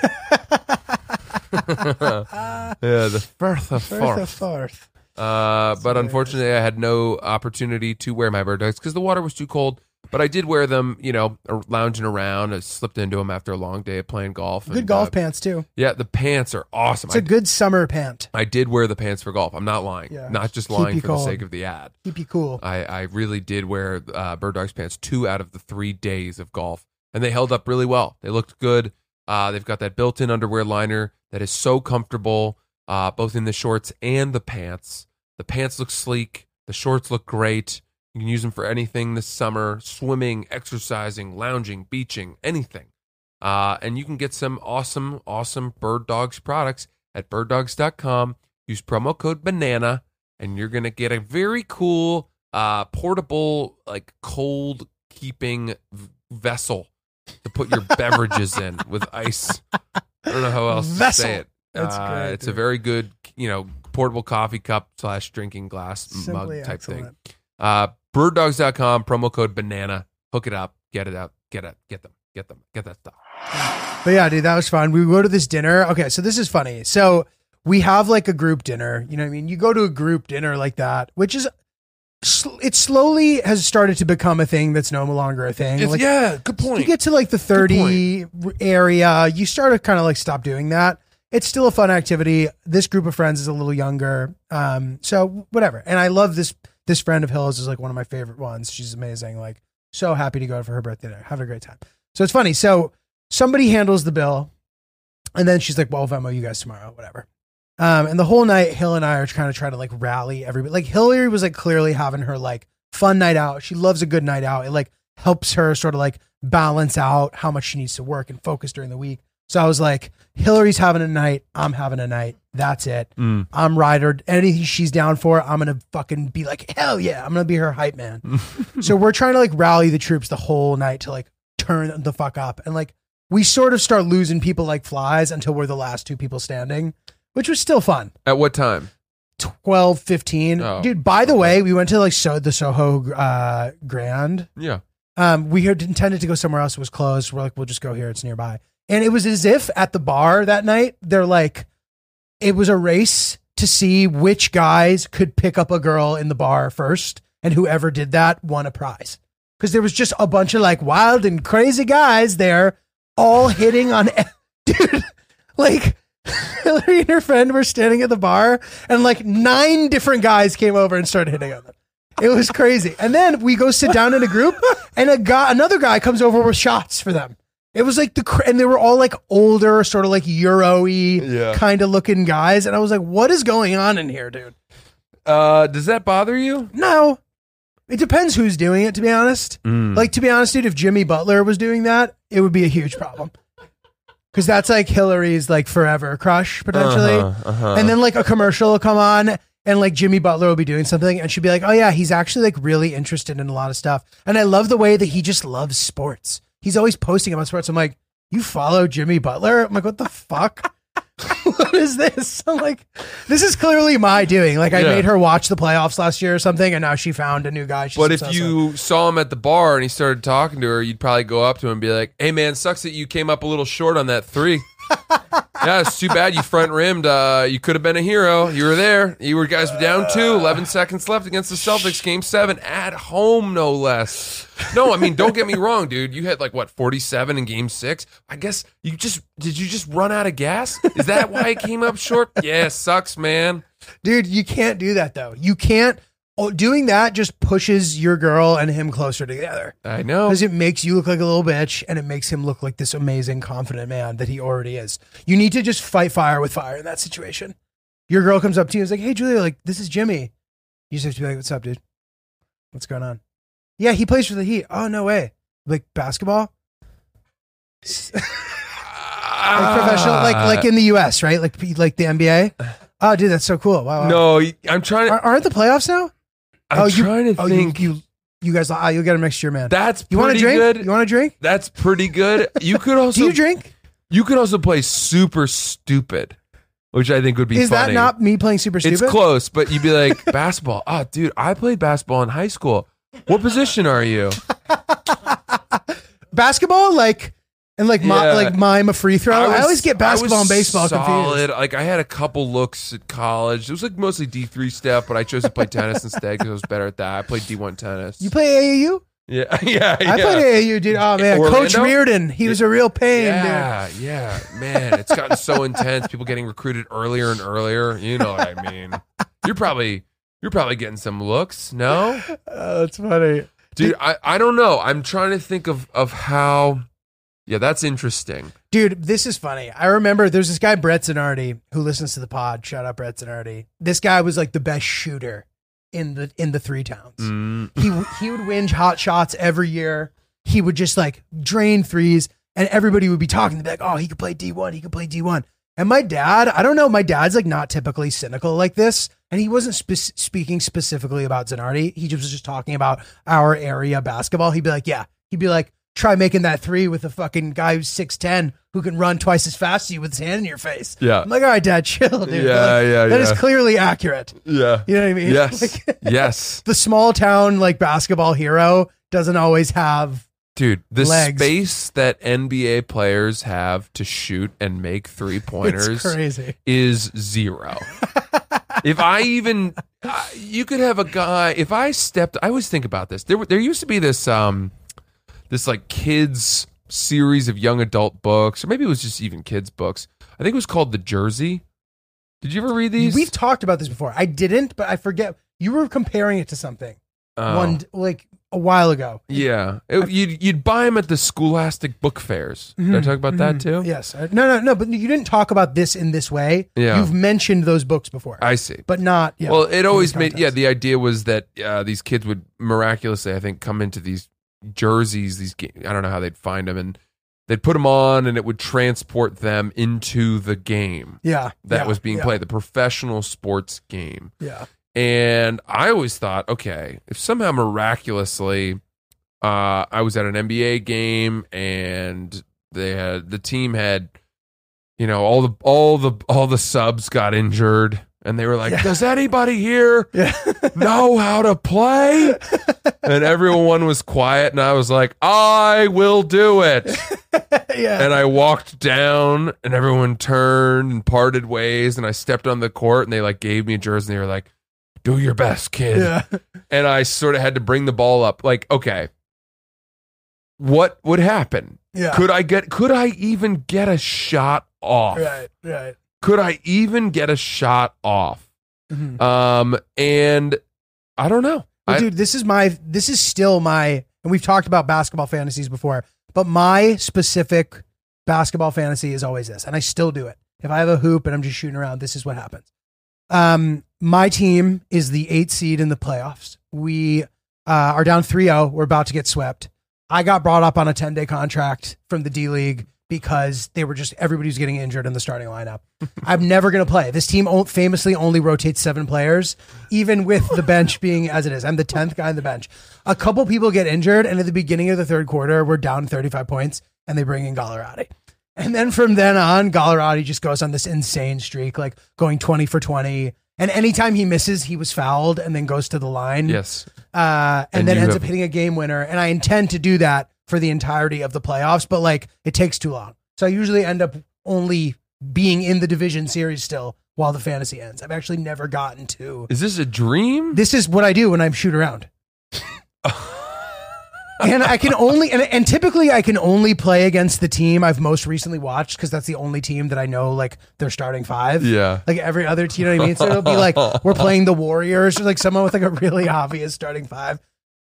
the Firth of
Firth of
Forth.
Forth.
Uh, but
hilarious.
unfortunately, I had no opportunity to wear my bird dogs because the water was too cold. But I did wear them, you know, ar- lounging around. I slipped into them after a long day of playing golf.
Good
and,
golf
uh,
pants too.
yeah, the pants are awesome.
It's
I
a good summer pant.
I did wear the pants for golf. I'm not lying.
Yeah.
Not just
Keep
lying
you
for
cold.
the sake of the ad.
Keep you cool.
I, I really did wear uh, Bird Dogs pants two out of the three days of golf, and they held up really well. They looked good. Uh, they've got that built in underwear liner that is so comfortable, uh, both in the shorts and the pants. The pants look sleek, the shorts look great. You can use them for anything this summer swimming, exercising, lounging, beaching, anything. Uh, and you can get some awesome, awesome Bird Dogs products at birddogs.com. Use promo code BANANA, and you're going to get a very cool uh, portable, like cold keeping v- vessel to put your beverages in with ice. I don't know how else
Vessel.
to say it.
That's
Uh,
great,
it's a
dude.
very good, you know, portable coffee cup slash drinking glass mug
Simply
type thing
excellent.
uh, birddogs.com promo code banana hook it up get it out get it get them get them get that stuff
But yeah, dude, that was fun. We go to this dinner. Okay, so this is funny. So we have like a group dinner. You know what I mean? You go to a group dinner like that, which is sl- it slowly has started to become a thing that's no longer a thing.
It's-
Like,
yeah, good
you
point.
get to like the 30 r- area, you start to kind of like stop doing that. It's still a fun activity. This group of friends is a little younger. Um, so whatever. And I love this this friend of Hill's is like one of my favorite ones. She's amazing. Like so happy to go for her birthday dinner. Having a great time. So it's funny. So somebody handles the bill and then she's like, Well, Venmo you guys tomorrow, whatever. Um, and the whole night Hill and I are trying to try to like rally everybody. Like Hillary was like clearly having her like fun night out. She loves a good night out. It like helps her sort of like balance out how much she needs to work and focus during the week. So I was like, Hillary's having a night. I'm having a night. That's it.
Mm.
I'm rider. Anything she's down for, I'm gonna fucking be like, hell yeah, I'm gonna be her hype man. so we're trying to like rally the troops the whole night to like turn the fuck up, and like we sort of start losing people like flies until we're the last two people standing, which was still fun.
At what time?
12, 15.
Oh.
dude. By the way, we went to like so the Soho uh, Grand.
Yeah.
Um, we had intended to go somewhere else. It was closed. We're like, we'll just go here. It's nearby. And it was as if at the bar that night, they're like, it was a race to see which guys could pick up a girl in the bar first. And whoever did that won a prize. Cause there was just a bunch of like wild and crazy guys there all hitting on, e-, dude, like Hillary and her friend were standing at the bar and like nine different guys came over and started hitting on them. It was crazy. And then we go sit down in a group, and a guy, another guy, comes over with shots for them. It was like the cr- and they were all like older, sort of like Euro-y
Yeah.
kind of looking guys, and I was like, "What is going on in here, dude?"
Uh, does that bother you?
No, it depends who's doing it. To be honest, like to be honest, dude, if Jimmy Butler was doing that, it would be a huge problem because that's like Hillary's like forever crush potentially.
Uh-huh, uh-huh.
And then like a commercial will come on and like Jimmy Butler will be doing something and she'll be like, Oh yeah, he's actually like really interested in a lot of stuff. And I love the way that he just loves sports. He's always posting about sports. I'm like, You follow Jimmy Butler? I'm like, what the fuck? what is this? I'm like, this is clearly my doing. Like I
Yeah.
made her watch the playoffs last year or something, and now she found a new guy. She's
But if
obsessed with.
you saw him at the bar and he started talking to her, you'd probably go up to him and be like, "Hey, man, sucks that you came up a little short on that three. yeah, it's too bad you front rimmed. Uh, you could have been a hero. You were there. You were guys were down two, 11 seconds left against the Celtics, game seven at home, no less. No, I mean, don't get me wrong, dude. You had like what forty seven in game six. I guess you just did. You just run out of gas. Is that why it came up short? Yeah, sucks, man.
dude, you can't do that though. You can't. Oh, doing that just pushes your girl and him closer together.
I know.
because it makes you look like a little bitch and it makes him look like this amazing confident man that he already is you need to just fight fire with fire in that situation your girl comes up to you and is like hey julia like this is jimmy you just have to be like what's up dude what's going on yeah he plays for the heat oh no way like basketball
Ah.
like professional like like in the us right like like the nba oh dude that's so cool wow, wow.
Uh, No, I'm trying.
Are, aren't the playoffs now
I'm
Oh, you-
trying to
oh you,
think.
you you guys ah, you'll get them next year man
that's
you want
pretty
to drink
good.
you want to drink
that's pretty good. You could also
do you drink
you could also play super stupid, which I think would be
Is
funny.
that not me playing super stupid?
it's close, but you'd be like basketball. Oh, dude, I played basketball in high school. What position are you?
basketball, like and like mi-
Yeah.
like mime a free throw. I, always get basketball
was
and baseball
solid.
confused.
Like I had a couple looks at college. It was like mostly D three stuff, but I chose to play tennis instead because I was better at that. I played D one tennis.
You play AAU?
yeah, yeah, yeah.
I played AAU, dude. Oh man,
Orlando?
Coach Reardon, he was a real pain, dude.
Yeah, yeah, man, it's gotten so intense. People getting recruited earlier and earlier. You know what I mean? You're probably you're probably getting some looks. No,
Oh, that's funny.
dude, I I don't know. I'm trying to think of of how. Yeah, that's interesting.
Dude, this is funny. I remember there's this guy Brett Zanardi who listens to the pod. Shout out Brett Zanardi. This guy was like the best shooter in the in the three towns.
Mm,
he he would win hot shots every year. He would just like drain threes, and everybody would be talking. They'd be like, "Oh, he could play D one. He could play D one." And my dad, I don't know. My dad's like not typically cynical like this, and he wasn't spe- speaking specifically about Zanardi. He just was just talking about our area basketball. He'd be like, "Yeah." He'd be like, "Try making that three with a fucking guy who's six ten who can run twice as fast as you with his hand in your face."
Yeah.
I'm like, "All right, dad, chill, dude."
Yeah,
Like,
yeah,
That is
yeah.
clearly accurate.
yeah.
You know what I mean?
Yes.
Like-
yes.
the small town like basketball hero doesn't always have
Dude, the
Legs.
space that NBA players have to shoot and make three
It's
pointers
crazy.
is zero. if I even, uh, you could have a guy. If I stepped, I always think about this. There, were- there used to be this, um, this like kids series of young adult books, or maybe it was just even kids books. I think it was called The Jersey. Did you ever read these?
We've talked about this before. I didn't, but I forget. You were comparing it to something
Oh.
one like a while ago.
Yeah, It- you'd you'd buy them at the Scholastic book fairs. Did I
Mhm,
talk about that too?
Yes. I- No, no, no. But you didn't talk about this in this way.
Yeah.
You've mentioned those books before,
I see.
but not. Yeah,
well, it always made
context.
yeah. The idea was that uh, these kids would miraculously, I think, come into these jerseys. These ga- I don't know how they'd find them, and they'd put them on, and it would transport them into the game
yeah.
that
yeah,
was being
yeah,
played, the professional sports game.
Yeah.
And I always thought, okay, if somehow miraculously uh, I was at an NBA game and they had the team had, you know, all the all the all the subs got injured, and they were like,
Yeah.
"Does anybody here
Yeah.
know how to play?" and everyone was quiet, and I was like, "I will do it."
yeah.
and I walked down, and everyone turned and parted ways, and I stepped on the court, and they like gave me a jersey, and they were like, "Do your best, kid."
Yeah.
and I sort of had to bring the ball up. Like, okay, what would happen?
Yeah.
Could I get? Could I even get a shot off?
right. Right.
Could I even get a shot off?
Mhm.
Um, and I don't know.
Well,
I-
dude, this is my this is still my and we've talked about basketball fantasies before, but my specific basketball fantasy is always this, and I still do it. If I have a hoop and I'm just shooting around, this is what happens. Um, my team is the eight seed in the playoffs. We uh, are down 3-0. We're about to get swept. I got brought up on a 10 day contract from the D League because they were just everybody was getting injured in the starting lineup. I'm never going to play. This team o- famously only rotates seven players, even with the bench being as it is. I'm the 10th guy on the bench. A couple people get injured, and at the beginning of the third quarter, we're down 35 points, and they bring in Gallerati. And then from then on, Gallerati just goes on this insane streak, like going 20 for 20. And anytime he misses, he was fouled and then goes to the line
yes,
uh, and,
And
then
you
ends
have-
up hitting a game winner. And I intend to do that for the entirety of the playoffs, but like it takes too long. So I usually end up only being in the division series still while the fantasy ends. I've actually never gotten to.
is this a dream?
This is what I do when I'm shoot around. and I can only and, and typically I can only play against the team I've most recently watched because that's the only team that I know like they're starting five.
yeah,
Like every other team, you know what I mean? So it'll be like we're playing the Warriors or like someone with like a really obvious starting five.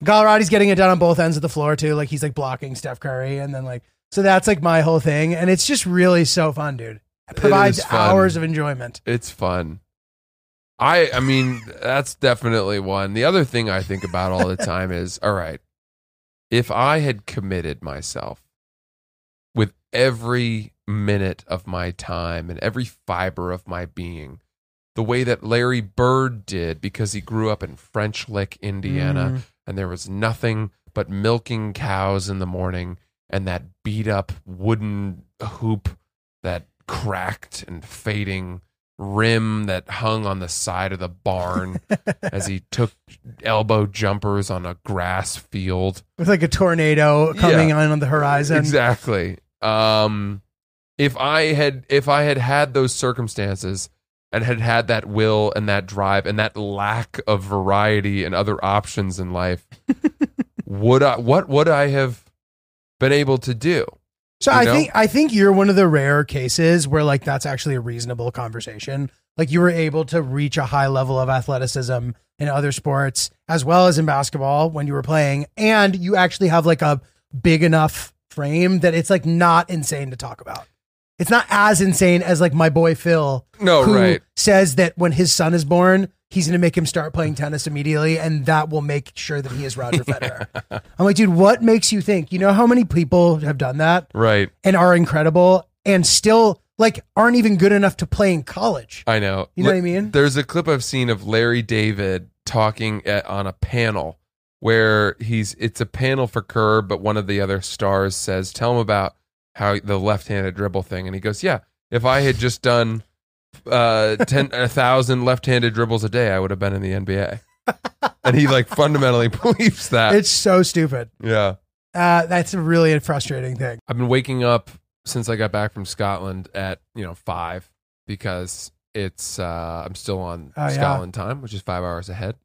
Gallerati's getting it done on both ends of the floor too. Like he's like blocking Steph Curry and then like so that's like my whole thing. And it's just really so fun, dude. It provides
is fun.
hours of enjoyment.
it's fun. I I mean that's definitely one. The other thing I think about all the time is all right. If I had committed myself with every minute of my time and every fiber of my being the way that Larry Bird did because he grew up in French Lick,
Mm.
Indiana, and there was nothing but milking cows in the morning and that beat up wooden hoop that cracked and fading rim that hung on the side of the barn as he took elbow jumpers on a grass field.
With like a tornado coming on on the horizon.
Exactly. Um, if I had if I had had those circumstances and had had that will and that drive and that lack of variety and other options in life, would I? What would I have been able to do?
So
you
I
know?
think I think you're one of the rare cases where like that's actually a reasonable conversation. Like you were able to reach a high level of athleticism in other sports as well as in basketball when you were playing, and you actually have like a big enough frame that it's like not insane to talk about. It's not as insane as like my boy Phil,
No,
who
Oh, right.
says that when his son is born, he's going to make him start playing tennis immediately, and that will make sure that he is Roger Federer. I'm like, dude, what makes you think? You know how many people have done that?
Right.
and are incredible and still like aren't even good enough to play in college.
I know.
You know
Li-
what I mean?
There's a clip I've seen of Larry David talking at, on a panel where he's it's a panel for Kerr, but one of the other stars says, "Tell him about how the left-handed dribble thing," and he goes, "Yeah, if I had just done uh, ten a thousand left-handed dribbles a day, I would have been in the NBA." and he like fundamentally believes that.
It's so stupid.
yeah,
Uh, that's a really frustrating thing.
I've been waking up since I got back from Scotland at you know five because it's uh, I'm still on
Oh, yeah.
Scotland time, which is five hours ahead,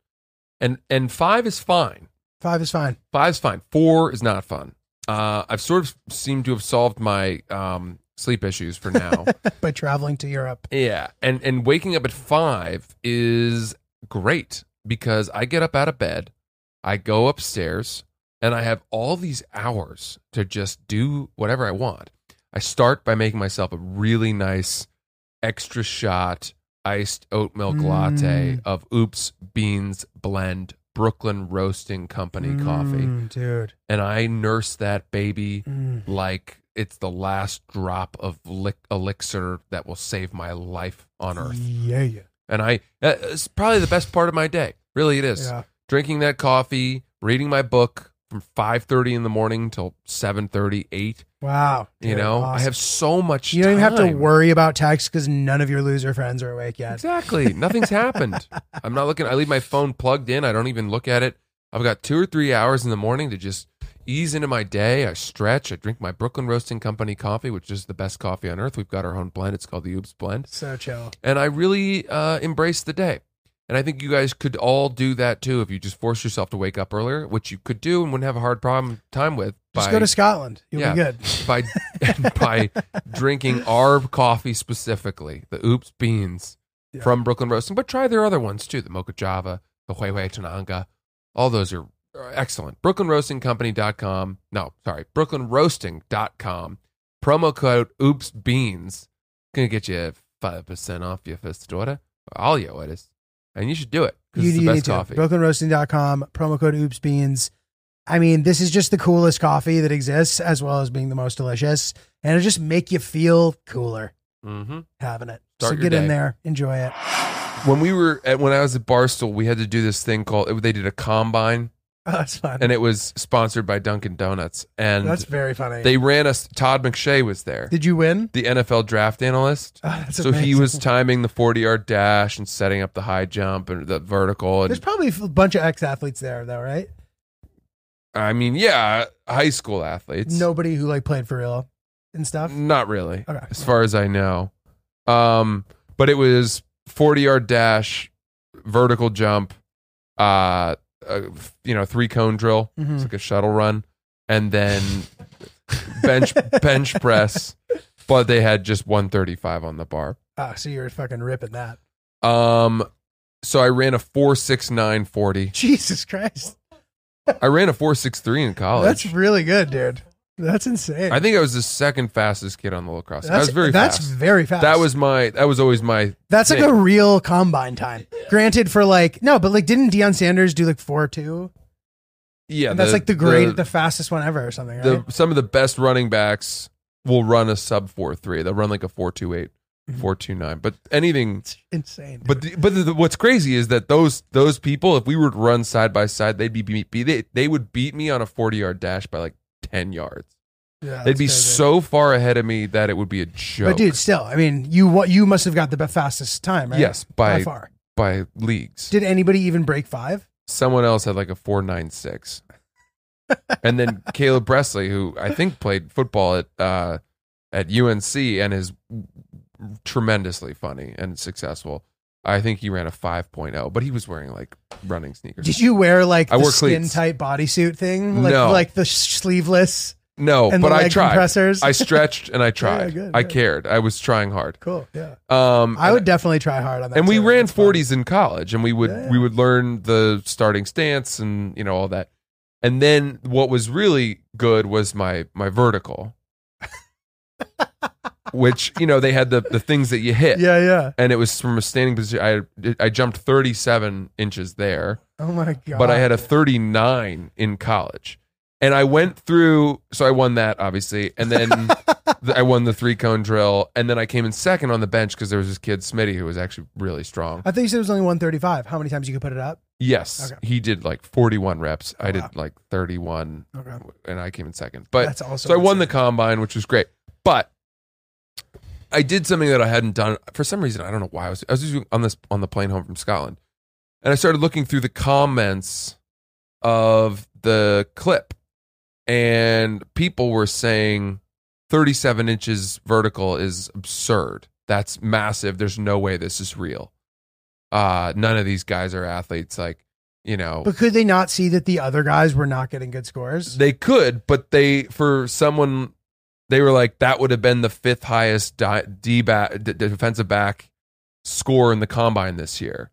and and five is fine.
Five is fine.
Five's fine. Four is not fun. Uh, I've sort of seemed to have solved my um, sleep issues for now.
By traveling to Europe,
yeah, and and waking up at five is great because I get up out of bed, I go upstairs, and I have all these hours to just do whatever I want. I start by making myself a really nice extra shot iced oat milk latte of Oops Beans Blend Brooklyn Roasting Company coffee
Mm, dude.
and I nurse that baby
Mm.
like it's the last drop of lic- elixir that will save my life on earth.
Yeah, yeah,
And I, uh, it's probably the best part of my day. Really, it is.
yeah.
Drinking that coffee, reading my book from five thirty in the morning till seven thirty, eight.
Wow.
you
dude,
know, I
awesome.
have so much.
You don't even have to
time.
worry about text because none of your loser friends are awake yet.
Exactly. Nothing's happened. I'm not looking. I leave my phone plugged in. I don't even look at it. I've got two or three hours in the morning to just ease into my day. I stretch. I drink my Brooklyn Roasting Company coffee, which is the best coffee on earth. We've got our own blend. It's called the Oops Blend.
So chill.
And I really uh, embrace the day. And I think you guys could all do that too if you just force yourself to wake up earlier, which you could do and wouldn't have a hard problem time with.
Just
by-
go to Scotland. You'll
Yeah.
be good.
by by drinking our coffee specifically, the Oops Beans
Yeah.
from Brooklyn Roasting, but try their other ones too, the Mocha Java, the Hui Hui Tananga. All those are are excellent. BrooklynRoastingCompany.com. No, sorry, BrooklynRoasting.com. Promo code Oops Beans gonna get you five percent off your first order. All your orders, and you should do it because it's the best coffee.
BrokenRoasting.com, promo code OOPSBeans. I mean, this is just the coolest coffee that exists, as well as being the most delicious. And it'll just make you feel cooler
mm-hmm.
having it.
Start
so
your
get
day.
in there, enjoy it.
When we were at, when I was at Barstool, we had to do this thing called they did a combine.
Oh, that's fun.
and it was sponsored by Dunkin' Donuts. And
that's very funny.
they ran us. Todd McShay was there,
Did you win?
the NFL draft analyst.
Oh, that's
so he
amazing.
was timing the forty-yard dash and setting up the high jump and the vertical.
There's
And
probably a bunch of ex athletes there, though, right?
I mean, yeah, high school athletes.
Nobody who like played for real and stuff.
not really,
Okay.
as far as I know. Um, but it was forty-yard dash, vertical jump, uh, uh, you know, three-cone drill.
Mhm.
It's like a shuttle run, and then bench bench press. But they had just 135 on the bar.
Oh, so you're fucking ripping that.
Um, so I ran a 46940.
Jesus Christ.
I ran a 463 in college.
That's really good, dude. That's insane.
Oh, I think I was the second fastest kid on the lacrosse. I
that's
was very
that's
fast.
very fast.
That was my. That was always my.
That's like
thing.
a real combine time. Granted, for like no, but like didn't Deion Sanders do like four two?
Yeah,
and that's like the great, the, fastest one ever, or something. Right?
the some of the best running backs will run a sub four three. They'll run like a four two eight,
Mm-hmm.
four two nine. But anything
it's insane. dude.
But the, but the, what's crazy is that those those people, if we were to run side by side, they'd be, be, be they, they would beat me on a forty yard dash by like ten yards.
Yeah,
they'd
that's
be
crazy.
so far ahead of me that it would be a joke.
But dude, still, I mean, you what you must have got the be- fastest time, right?
yes,
by
by
far.
by leagues.
Did anybody even break five?
Someone else had like a four nine six, and then Caleb Bresley, who I think played football at uh, at UNC and is tremendously funny and successful. I think he ran a 5.0, but he was wearing like running sneakers.
Did you wear like
I
the
wore
skin
cleats.
tight bodysuit thing, like
No.
like the sh- sleeveless
No,
and
but
the leg
I tried.
compressors?
I stretched and I tried.
good,
I
good.
cared. I was trying hard.
cool. Yeah,
Um,
I
and-
would definitely try hard on that.
and we
too.
ran
That's fun.
forties in college, and we would
Yeah, yeah.
we would learn the starting stance and you know all that. And then what was really good was my my vertical, which you know they had the the things that you hit,
Yeah, yeah.
and it was from a standing position. I I jumped thirty seven inches there
Oh my god.
but I had a 39 in college. And I went through, so I won that obviously, and then th- I won the three cone drill, and then I came in second on the bench because there was this kid Smitty who was actually really strong.
I thought you said it was only one thirty five. How many times you could put it up?
Yes,
Okay.
he did like 41 reps. I
Wow.
did like 31,
Okay.
and I came in second. But
That's also
so I won the
insane.
combine, which was great. But I did something that I hadn't done for some reason. I don't know why. I was I was just on this on the plane home from Scotland, and I started looking through the comments of the clip and people were saying 37 inches vertical is absurd. That's massive. There's no way this is real. Uh, none of these guys are athletes. Like, you know,
But could they not see that the other guys were not getting good scores?
they could, but they, for someone, they were like, that would have been the fifth highest di- D back, d- defensive back score in the combine this year.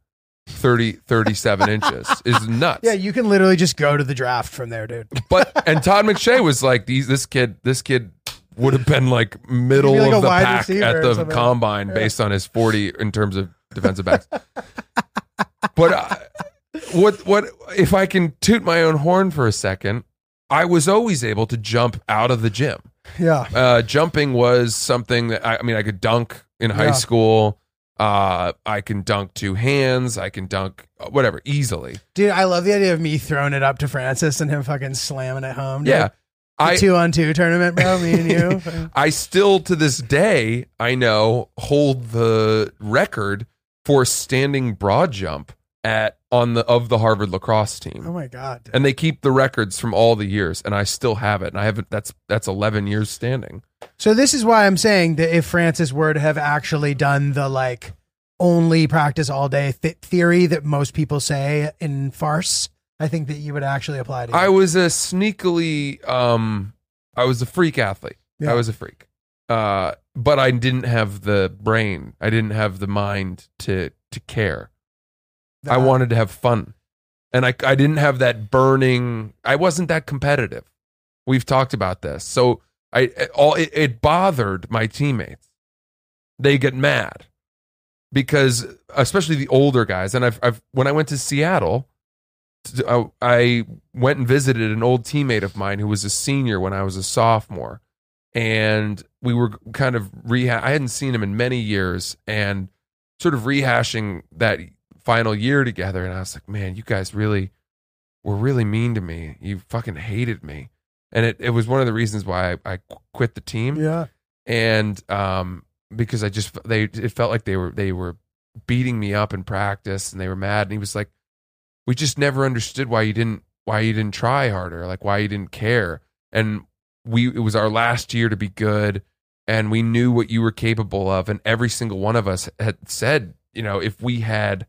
30, 37 inches is nuts.
yeah, you can literally just go to the draft from there, dude.
But and Todd McShay was like, these this kid, this kid would have been like middle
He'd be like
of
a
the
wide
pack
receiver
at
or
the
something.
combine
Yeah.
based on his forty in terms of defensive backs. but I, what what if I can toot my own horn for a second? I was always able to jump out of the gym.
Yeah.
Uh, jumping was something that I, I mean, I could dunk in high
Yeah.
school. Uh, I can dunk two hands. I can dunk uh, whatever easily.
Dude, I love the idea of me throwing it up to Francis and him fucking slamming it home. dude.
Yeah,
The
I
two on two tournament, bro, me and you.
I still to this day, I know, hold the record for standing broad jump at on the of the Harvard lacrosse
oh
team.
my God. dude.
And they keep the records from all the years and I still have it. And I haven't that's that's 11 years standing.
So this is why I'm saying that if Francis were to have actually done the like only practice all day th- theory that most people say in farce, I think that you would actually apply to.
I
it.
was a sneakily um I was a freak athlete.
Yeah.
I was a freak. Uh but I didn't have the brain. I didn't have the mind to to care.
Uh,
I
Uh-huh.
wanted to have fun. And I, I didn't have that burning, I wasn't that competitive. We've talked about this. So I, it all, it, it bothered my teammates. They get mad because, especially the older guys. And I've, I've when I went to Seattle, t- I, I went and visited an old teammate of mine who was a senior when I was a sophomore. And we were kind of reha. I hadn't seen him in many years and sort of rehashing that final year together and I was like, man, you guys really were really mean to me. You fucking hated me. And it, it was one of the reasons why I, I quit the team.
Yeah.
And um because I just they it felt like they were they were beating me up in practice and they were mad and he was like we just never understood why you didn't why you didn't try harder, like why you didn't care. And we it was our last year to be good and we knew what you were capable of and every single one of us had said, you know, if we had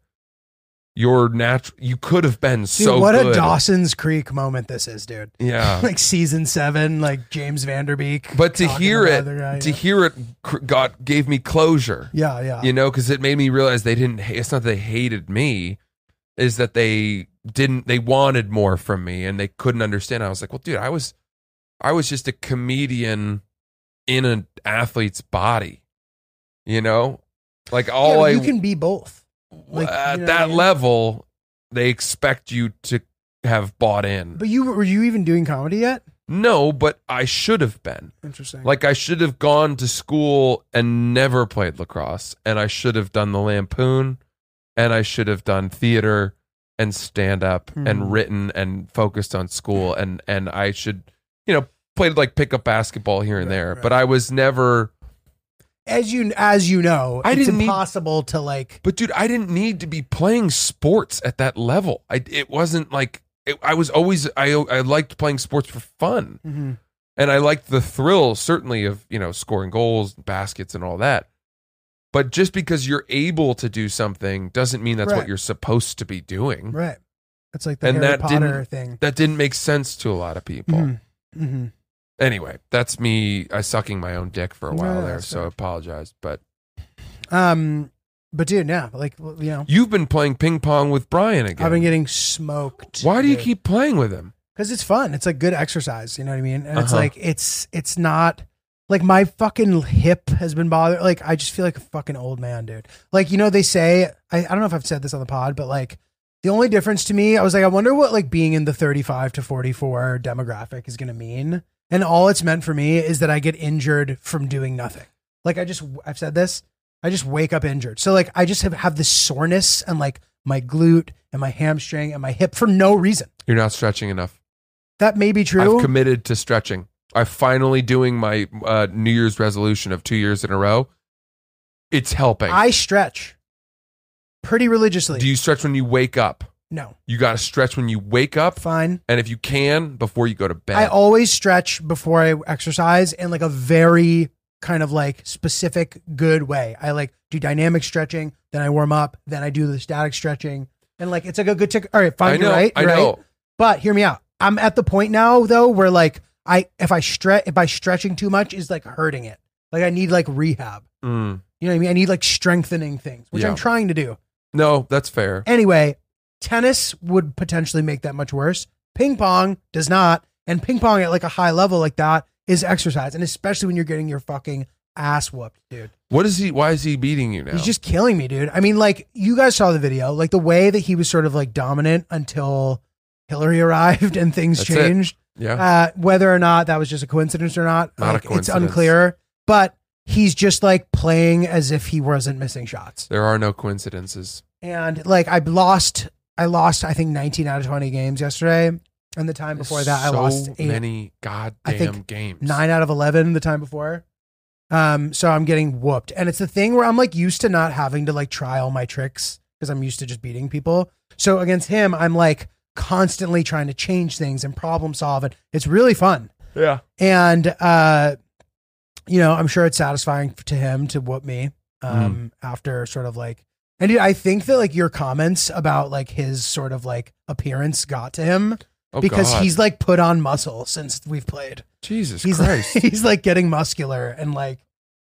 your natural you could have been
Dude,
so
what
good.
a Dawson's Creek moment this is, dude.
Yeah.
like season seven, like James Vanderbeek.
But to
talking
hear
the
it
other guy,
to hear it cr- got gave me closure.
yeah, yeah, yeah.
you know because it made me realize they didn't ha- it's not that they hated me is that they didn't they wanted more from me and they couldn't understand i was like well dude i was i was just a comedian in an athlete's body you know like
Yeah,
all
but you
i
can be both. like,
at
you know what I
that
mean?
level they expect you to have bought in
But you were you even doing comedy yet?
no but i should have been
Interesting.
like I should have gone to school and never played lacrosse, and I should have done the lampoon, and I should have done theater and stand up
Hmm.
and written and focused on school, and and I should, you know, played like pickup basketball here and
Right,
there,
right.
but I was never.
as you as you know,
I
it's
didn't need-
impossible to like.
But dude, I didn't need to be playing sports at that level. I it wasn't like it, I was always I I liked playing sports for fun.
Mhm.
and I liked the thrill certainly of you know scoring goals, baskets, and all that. But just because you're able to do something doesn't mean that's what
Right.
you're supposed to be doing.
Right. That's like the
And
Harry
that
Potter
didn't-
thing.
That didn't make sense to a lot of people.
Mhm. Mhm.
Anyway, that's me I sucking my own dick for a
No,
while
no,
there,
that's
so I
fair.
apologize. But
Um, but dude, yeah, like well, you know,
you've been playing ping pong with Brian again.
I've been getting smoked.
Why do you keep playing with him?
Because it's fun. It's like good exercise. You know what I mean? And it's
Uh-huh.
like it's it's not like my fucking hip has been bothered. Like I just feel like a fucking old man, dude. Like you know they say I, I don't know if I've said this on the pod, but like the only difference to me, I was like, I wonder what like being in the 35 to 44 demographic is gonna mean. And all it's meant for me is that I get injured from doing nothing. Like I just I've said this. I just wake up injured. So like I just have, have this soreness and like my glute and my hamstring and my hip for no reason.
You're not stretching enough.
That may be true.
I've committed to stretching. I'm finally doing my uh, New Year's resolution of two years in a row. It's helping.
I stretch pretty religiously.
Do you stretch when you wake up?
No,
You got to stretch when you wake up,
fine.
and if you can, before you go to bed.
I always stretch before I exercise in like a very kind of like specific good way. I like do dynamic stretching, then I warm up, then I do the static stretching, and like it's like a good tick. All right, fine,
I know.
you're right,
I
you're right.
know.
But hear me out. I'm at the point now though where like I if I stretch if I stretching too much is like hurting it. Like I need like rehab.
Mm.
You know what I mean? I need like strengthening things, which
Yeah.
I'm trying to do.
No, that's fair.
Anyway, tennis would potentially make that much worse. Ping pong does not. And ping pong at like a high level like that is exercise. And especially when you're getting your fucking ass whooped, dude.
What is he? Why is he beating you now?
He's just killing me, dude. I mean, like, you guys saw the video. Like, the way that he was sort of like dominant until Hillary arrived and things
That's it.
changed.
yeah.
Uh, whether or not that was just a coincidence or not,
Not a
like, it's
coincidence.
unclear. But he's just like playing as if he wasn't missing shots
there are no coincidences.
and like I lost, I lost, I think nineteen out of twenty games yesterday, and the time before that I
so
lost eight,
many
I
goddamn
think
games.
nine out of eleven the time before. Um, so I'm getting whooped, and it's the thing where I'm like used to not having to like try all my tricks because I'm used to just beating people. So against him, I'm like constantly trying to change things and problem solve it. It's really fun,
Yeah.
and uh, you know, I'm sure it's satisfying to him to whoop me.
Mm.
Um, after sort of like, and dude, I think that like your comments about like his sort of like appearance got to him
Oh,
because
God.
he's like put on muscle since we've played.
Jesus
He's like,
Christ.
he's like getting muscular and like,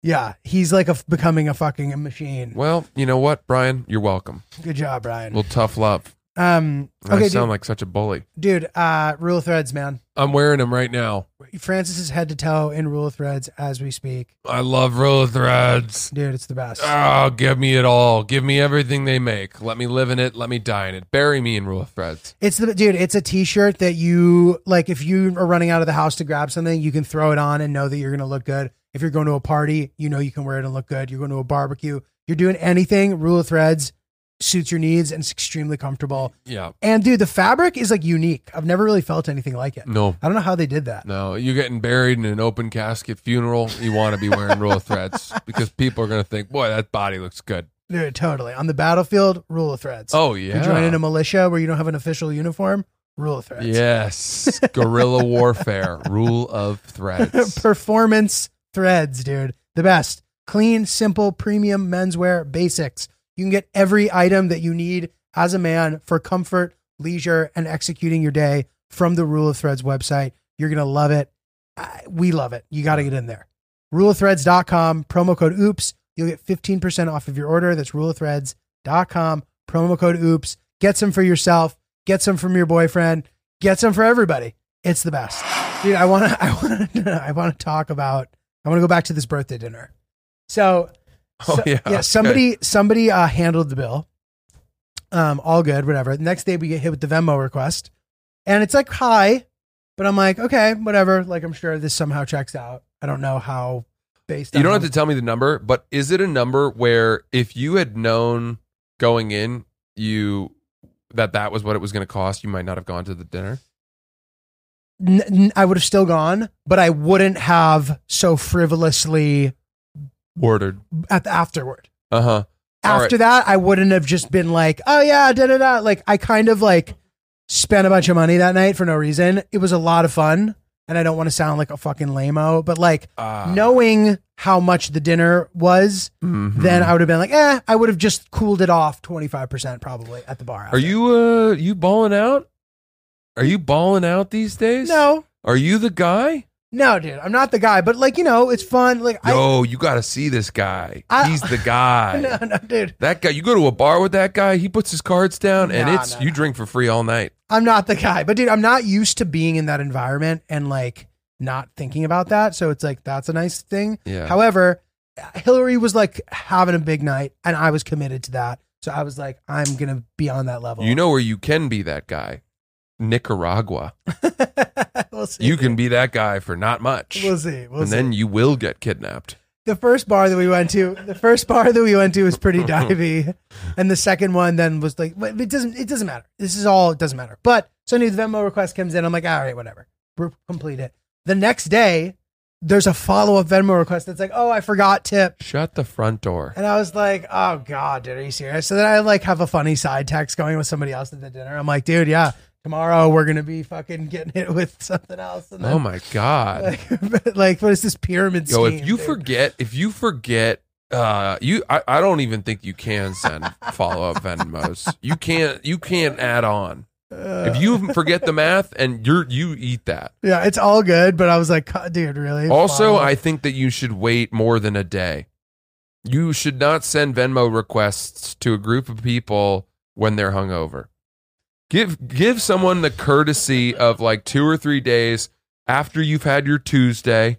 yeah, he's like a, becoming a fucking machine.
well, you know what, Brian? You're welcome.
Good job, Brian.
Well, tough love.
um,
I
okay,
sound
dude,
like such a bully.
dude, uh, rule of threads, man.
I'm wearing them right now.
Francis is head to toe in rule of threads as we speak.
I love roller threads.
Dude, it's the best.
Oh, give me it all. Give me everything they make. Let me live in it. Let me die in it. Bury me in rule of threads.
It's the dude. It's a T-shirt that you like. If you are running out of the house to grab something, you can throw it on and know that you're gonna look good. If you're going to a party, you know you can wear it and look good. You're going to a barbecue. You're doing anything. Rule of threads suits your needs and it's extremely comfortable.
Yeah.
And dude, the fabric is like unique. I've never really felt anything like it.
No.
I don't know how they did that.
No, you're getting buried in an open casket funeral. You want to be wearing rule of threads because people are going to think, boy, that body looks good.
Dude, totally on the battlefield. Rule of threads.
Oh,
You're joining
yeah.
a militia where you don't have an official uniform. Rule of threads.
Yes. Guerrilla warfare, rule of threads.
performance threads, dude. The best. Clean, simple, premium menswear basics. You can get every item that you need as a man for comfort, leisure, and executing your day from the Rule of Threads website. You're going to love it. I- we love it. You got to get in there. Ruleofthreads.com, promo code OOPS. You'll get 15% off of your order. That's ruleofthreads.com, promo code OOPS. Get some for yourself, get some from your boyfriend, get some for everybody. It's the best dude i want to i want to i want to talk about i want to go back to this birthday dinner so,
Oh,
so-
yeah, okay.
somebody somebody uh handled the bill um all good whatever the next day we get hit with the venmo request and it's like hi but i'm like okay whatever like i'm sure this somehow checks out i don't know how based
You
on
don't have to tell me the number, but is it a number where if you had known going in, you that that was what it was going to cost, you might not have gone to the dinner?
n- n- i would have still gone but i wouldn't have so frivolously
Ordered.
at the afterward
Uh huh. All right.
after that, I wouldn't have just been like, oh yeah, da da da. Like I kind of like spent a bunch of money that night for no reason. It was a lot of fun, and I don't want to sound like a fucking lameo, but like
Uh,
knowing how much the dinner was,
mhm.
then I would have been like, eh, I would have just cooled it off twenty five percent probably at the bar.
Are
after.
you uh you balling out? Are you balling out these days?
No,
Are you the guy?
no, dude, I'm not the guy, but like you know, it's fun. Like
Yo, you got to see this guy.
I-
He's the
I,
guy.
no, no, dude,
That guy. You go to a bar with that guy. He puts his cards down, and
Nah,
it's
nah,
you
nah.
drink for free all night.
I'm not the guy, but dude, I'm not used to being in that environment and like not thinking about that. So it's like that's a nice thing.
Yeah.
However, Hillary was like having a big night, and I was committed to that. So I was like, I'm gonna be on that level.
you know where you can be that guy? Nicaragua.
we'll see.
You can be that guy for not much,
We'll see. We'll
and
see.
then you will get kidnapped.
the first bar that we went to, the first bar that we went to was pretty divey, and the second one then was like, but it doesn't, it doesn't matter. This is all, it doesn't matter. But so new the Venmo request comes in. I'm like, all right, whatever, We're complete it. The next day, there's a follow up Venmo request that's like, oh, I forgot tip.
Shut the front door.
And I was like, oh God, dude, are you serious? So then I like have a funny side text going with somebody else at the dinner. I'm like, dude, yeah, tomorrow we're going to be fucking getting hit with something else. And then,
Oh my god.
Like, like, what is this pyramid scheme?
Yo, if you
dude?
forget, if you forget, uh, you I, I don't even think you can send follow up Venmos. You can't. You can't add on. If you forget the math and you're you eat that.
Uh, Yeah, it's all good, but I was like, "God, dude, really?
Also,
Follow-up?
I think that you should wait more than a day. You should not send Venmo requests to a group of people when they're hungover. Give give someone the courtesy of like two or three days after you've had your Tuesday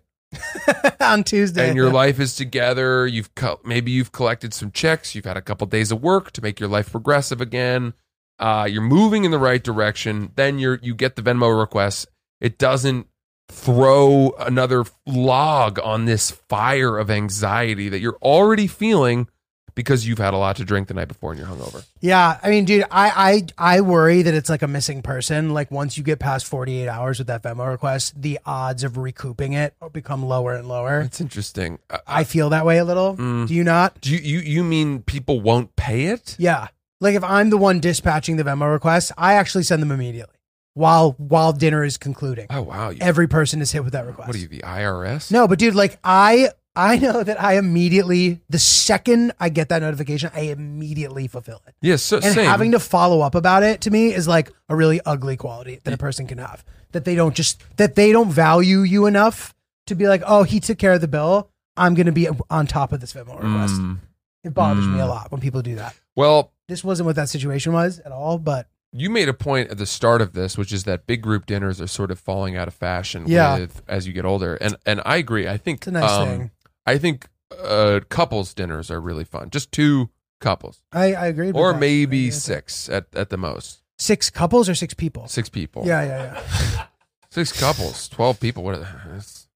on Tuesday.
and your life is together. You've co- maybe you've collected some checks. You've had a couple days of work to make your life progressive again. Uh, you're moving in the right direction. Then you're you get the Venmo request. It doesn't throw another log on this fire of anxiety that you're already feeling because you've had a lot to drink the night before and you're hungover.
Yeah, I mean, dude, I, I I worry that it's like a missing person. Like once you get past 48 hours with that Venmo request, the odds of recouping it become lower and lower.
That's interesting. Uh,
I feel that way a little.
Mm.
Do you not?
do you, you you mean people won't pay it?
Yeah. Like if I'm the one dispatching the Venmo request, I actually send them immediately while while dinner is concluding.
Oh wow! You,
Every person is hit with that request.
what are you, the IRS?
No, but dude, like I I know that I immediately the second I get that notification, I immediately fulfill it.
Yes. so,
And
same.
having to follow up about it to me is like a really ugly quality that a person can have. That they don't just that they don't value you enough to be like, oh, he took care of the bill. I'm gonna be on top of this Venmo request.
Mm.
It bothers me a
Mm.
lot when people do that.
Well,
This wasn't what that situation was at all, but
you made a point at the start of this, which is that big group dinners are sort of falling out of fashion
Yeah.
with, as you get older, and and I agree. I think
it's a nice
um,
thing.
I think uh, couples dinners are really fun, just two couples,
I, I agree. with
or
that. I agree
maybe
with that.
six at, at the most,
Six couples or six people?
six people,
Yeah, yeah, yeah.
six couples, twelve people. What? Are that's-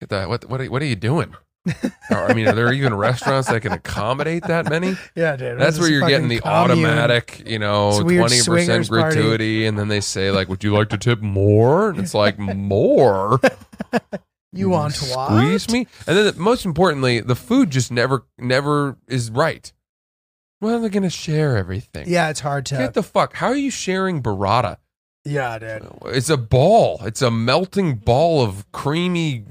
Get that? What? What? Are, what are you doing? Or, I mean, are there even restaurants that can accommodate that many?
Yeah, dude.
That's where you're getting the automatic, you know,
It's a weird
twenty percent
swingers party.
gratuity, and then they say like, "Would you like to tip more?" And it's like, "More? Mm,
You want to watch?
Squeeze me?" And then, most importantly, the food just never, never is right. Well, they're gonna share everything.
Yeah, it's hard to.
Get the fuck. How are you sharing burrata?
yeah, dude.
It's a ball. It's a melting ball of creamy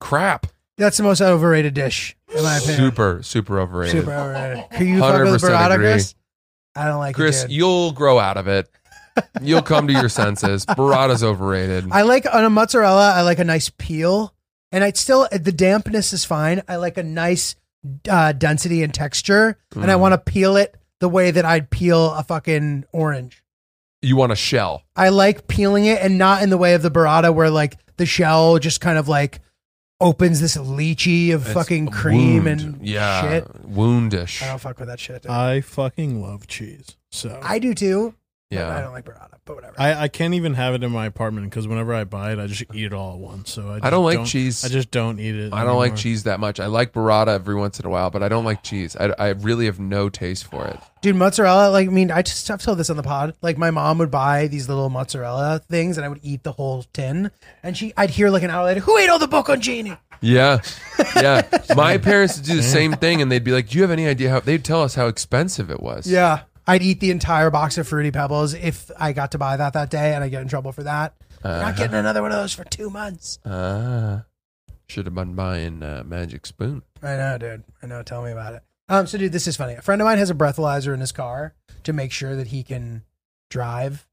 crap.
That's the most overrated dish in my opinion.
Super, super overrated.
Super overrated. Can you fuck with
100%
burrata,
agree.
Chris? I don't like
Chris,
it. Dude.
you'll grow out of it. You'll come to your senses. Burrata's overrated.
I like on a mozzarella. I like a nice peel, and I still the dampness is fine. I like a nice uh, density and texture, and I
Mm.
want to peel it the way that I'd peel a fucking orange.
you want a shell.
I like peeling it, and not in the way of the burrata where like the shell just kind of like opens this lychee of
It's
fucking
a
cream
wound.
and
yeah, Uh,
shit.
woundish.
I don't fuck with that shit. dude.
I fucking love cheese. So
I do too. but I
Yeah,
don't like burrata, but whatever.
I, I can't even have it in my apartment because whenever I buy it, I just eat it all at once. So I, just
I don't like cheese.
I just don't eat it.
I don't like
anymore.
cheese that much. I like burrata every once in a while, but I don't like cheese. I, I really have no taste for it.
Dude, mozzarella, like, I mean, I just, I've told this on the pod. Like, my mom would buy these little mozzarella things and I would eat the whole tin. And she, I'd hear like an hour later, who ate all the bocconcini?
Yeah, yeah. My parents would do the same thing, and they'd be like, "Do you have any idea how?" They'd tell us how expensive it was.
Yeah. I'd eat the entire box of Fruity Pebbles if I got to buy that that day and I get in trouble for that. You're
Uh,
Not getting another one of those for two months.
ah. should have been buying uh, Magic Spoon.
I know, dude. I know. Tell me about it. Um, so, dude, this is funny. A friend of mine has a breathalyzer in his car to make sure that he can drive,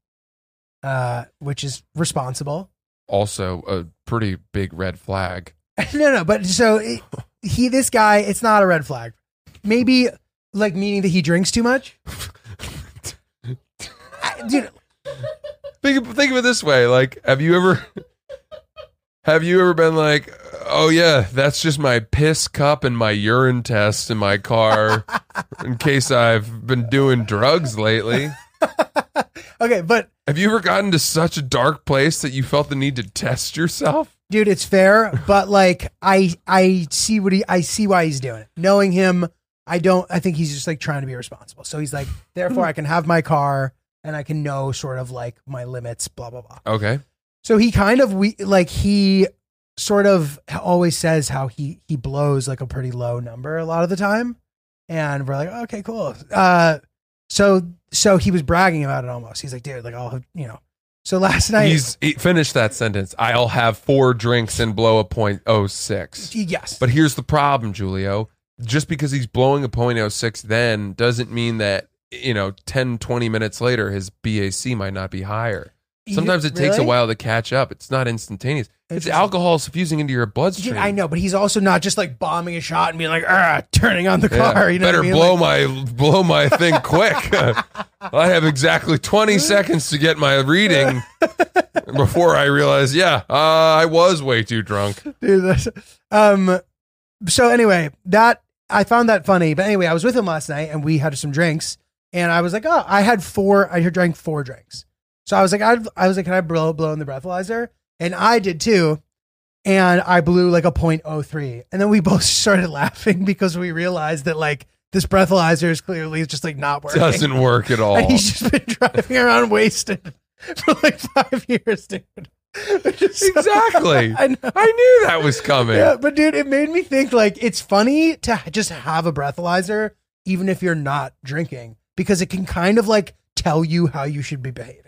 uh, which is responsible.
Also, a pretty big red flag.
No, no, but so it, he, this guy, it's not a red flag. Maybe like meaning that he drinks too much. I, dude,
think think of it this way like have you ever have you ever been like oh yeah that's just my piss cup and my urine test in my car in case i've been doing drugs lately
okay, but
have you ever gotten to such a dark place that you felt the need to test yourself
dude, it's fair. But like, I, I see what he, I see why he's doing it. Knowing him, I don't. I think he's just like trying to be responsible. So he's like, therefore, I can have my car and I can know sort of like my limits. Blah blah blah.
okay
So he kind of we like he sort of always says how he he blows like a pretty low number a lot of the time, and we're like, okay, cool. Uh, so so he was bragging about it almost. He's like, dude, like I'll you know. So last night,
He's he, finished that sentence. I'll have four drinks and blow a point oh six.
yes,
But here's the problem, Julio. Just because he's blowing a .06 then doesn't mean that, you know, 10, 20 minutes later, his BAC might not be higher. Sometimes it takes a
Really?
while to catch up. It's not instantaneous. It's
Interesting.
alcohol suffusing into your bloodstream.
Yeah, I know, but he's also not just like bombing a shot and being like, ah, turning on the
Yeah.
car. You know what
Better
I mean?
blow
Like,
my blow my thing quick. I have exactly 20 seconds to get my reading before I realize, yeah, uh, I was way too drunk.
dude, that's- um, so anyway, that I found that funny. But anyway, I was with him last night and we had some drinks, and I was like, oh, I had four. I had drank four drinks, so I was like, I, I was like, can I blow blow in the breathalyzer? And I did too. And I blew like a .03. And then we both started laughing because we realized that like this breathalyzer is clearly just like not working.
Doesn't work at all.
And he's just been driving around wasted for like five years, dude. Which is so-
Exactly.
I know.
I knew that was coming.
Yeah, but dude, it made me think like it's funny to just have a breathalyzer, even if you're not drinking, because it can kind of like tell you how you should be behaving.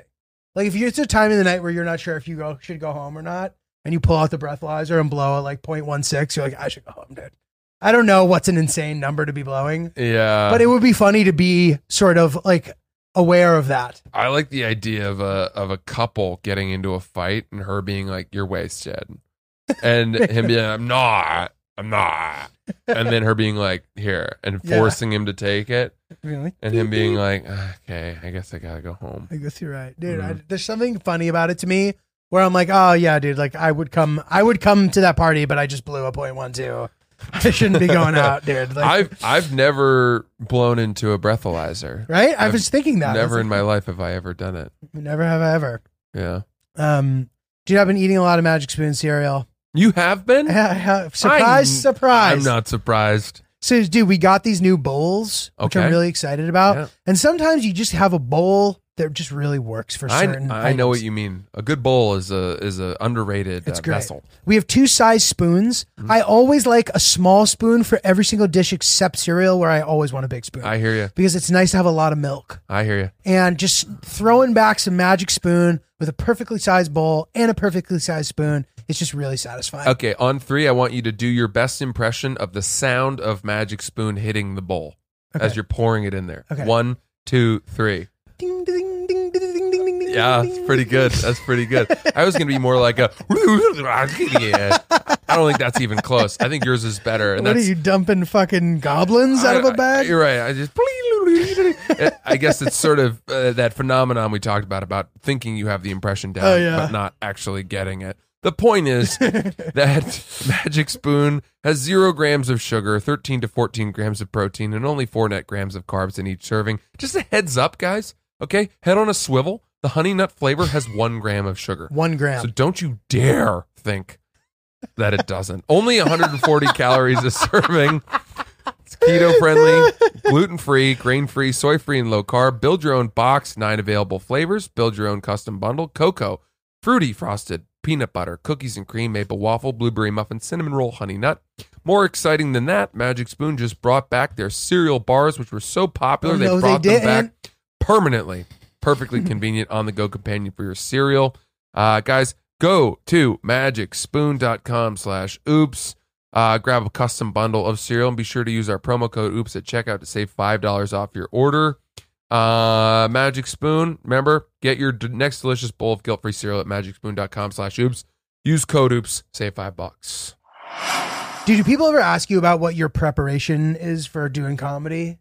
Like if it's a time in the night where you're not sure if you go should go home or not, and you pull out the breathalyzer and blow at like 0.16, you're like, I should go home, dude. I don't know what's an insane number to be blowing,
Yeah.
but it would be funny to be sort of like aware of that.
I like the idea of a of a couple getting into a fight and her being like, "You're wasted," and him being, "I'm not, I'm not," and then her being like, "Here," and
Yeah.
forcing him to take it,
Really?
and him being like, "Ah, "Okay, I guess I gotta go home."
I guess you're right, dude. I,
Mhm.
there's something funny about it to me, where I'm like, oh yeah, dude. Like I would come, I would come to that party, but I just blew a point one two. I shouldn't be going out, dude. Like,
I've I've never blown into a breathalyzer.
right? I
I've
was thinking that. I was
never in
like,
my life have I ever done it.
never have I ever.
Yeah,
Um, dude, I've been eating a lot of Magic Spoon cereal.
you have been.
surprise,
I'm-
surprise.
I'm not surprised.
So, dude, we got these new bowls, which
Okay.
I'm really excited about.
Yeah.
And sometimes you just have a bowl that just really works for
I,
certain.
I
items.
know what you mean. A good bowl is a is a underrated
It's
uh,
great.
vessel.
We have two size spoons.
Mm-hmm.
I always like a small spoon for every single dish except cereal, where I always want a big spoon
I hear you.
because it's nice to have a lot of milk.
I hear you.
And just throwing back some magic spoon with a perfectly sized bowl and a perfectly sized spoon, it's just really satisfying.
Okay, on three, I want you to do your best impression of the sound of Magic Spoon hitting the bowl as
Okay.
you're pouring it in there.
Okay.
One, two, three.
Ding, ding, ding, ding, ding, ding, ding, ding, ding,
Yeah, that's
ding.
pretty good. That's pretty good. I was going to be more like a. Yeah. I don't think that's even close. I think yours is better. And
What are
that's,
you dumping fucking goblins out of a
I-
bag?
I, you're right. I just. I guess it's sort of uh, that phenomenon we talked about about thinking you have the impression down,
Oh, yeah.
but not actually getting it. The point is that Magic Spoon has zero grams of sugar, 13 to 14 grams of protein, and only four net grams of carbs in each serving. Just a heads up, guys. Okay, head on a swivel. The honey nut flavor has one gram of sugar.
One gram.
So don't you dare think that it doesn't. Only 140 calories a serving. It's keto friendly, gluten free, grain free, soy free, and low carb. Build your own box, nine available flavors. Build your own custom bundle. Cocoa, fruity frosted, peanut butter, cookies and cream, maple waffle, blueberry muffin, cinnamon roll, honey nut. More exciting than that, Magic Spoon just brought back their cereal bars, which were so popular
Oh,
they
no, they
brought them back
didn't.
permanently. Perfectly convenient on the go companion for your cereal. Uh, guys, go to magicspoon.com slash oops. Uh, grab a custom bundle of cereal and be sure to use our promo code oops at checkout to save $5 off your order. Uh, Magic Spoon, remember, get your d- next delicious bowl of guilt-free cereal at magicspoon.com slash oops. Use code oops, save five bucks.
Dude, do people ever ask you about what your preparation is for doing comedy?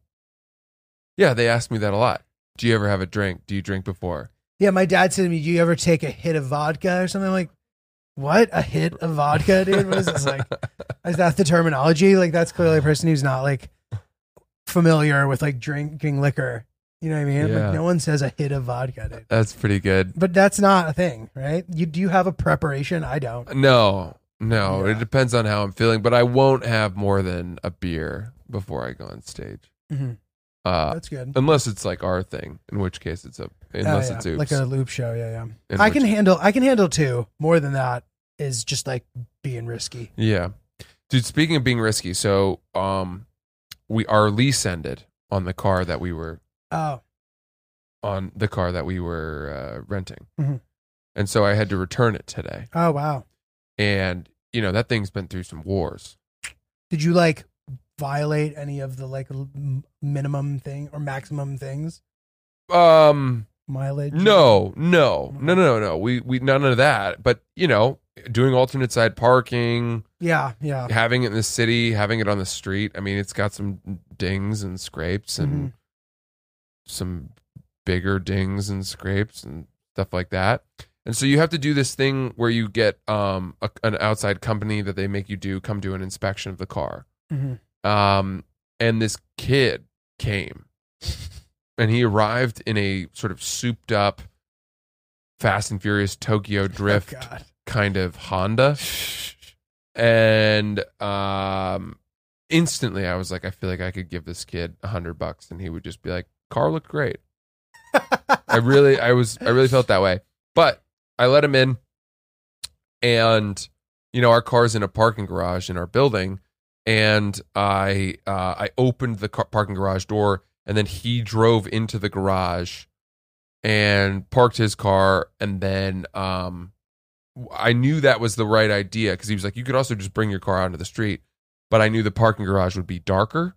Yeah, they ask me that a lot. Do you ever have a drink? Do you drink before?
Yeah, my dad said to me, "Do you ever take a hit of vodka or something?" I'm like, what? A hit of vodka, dude? What is this like? Is that the terminology? Like, that's clearly a person who's not like familiar with like drinking liquor. You know what I mean?
Yeah.
Like, no one says a hit of vodka, dude.
That's pretty good.
But that's not a thing, right? You do you have a preparation? I don't.
No, no.
Yeah.
It depends on how I'm feeling, but I won't have more than a beer before I go on stage.
Mhm.
Uh,
That's good.
unless it's like our thing, in which case it's a unless
Oh, yeah.
it's oops.
like a loop show. Yeah, yeah.
in
I
which-
can handle. I can handle two. More than that is just like being risky.
Yeah. Dude, speaking of being risky, so um we our lease ended on the car that we were
Oh,
on the car that we were uh, renting.
Mhm.
And so I had to return it today.
oh wow.
And you know, that thing's been through some wars.
Did you like violate any of the like l- m- minimum thing or maximum things?
Um
Mileage?
no, no. No, no, no, no. We we none of that, but you know, doing alternate side parking,
Yeah, yeah.
having it in the city, having it on the street. I mean, it's got some dings and scrapes and
Mm-hmm.
some bigger dings and scrapes and stuff like that. And so you have to do this thing where you get um, a, an outside company that they make you do come do an inspection of the car.
Mhm.
Um, and this kid came and he arrived in a sort of souped up Fast and Furious Tokyo Drift
Oh, God.
kind of Honda. And um instantly I was like, I feel like I could give this kid a hundred bucks and he would just be like, Car looked great. I really I was I really felt that way. But I let him in and you know, our car's in a parking garage in our building, and I uh I opened the car- parking garage door and then he drove into the garage and parked his car and then um I knew that was the right idea because he was like, you could also just bring your car out into the street, but I knew the parking garage would be darker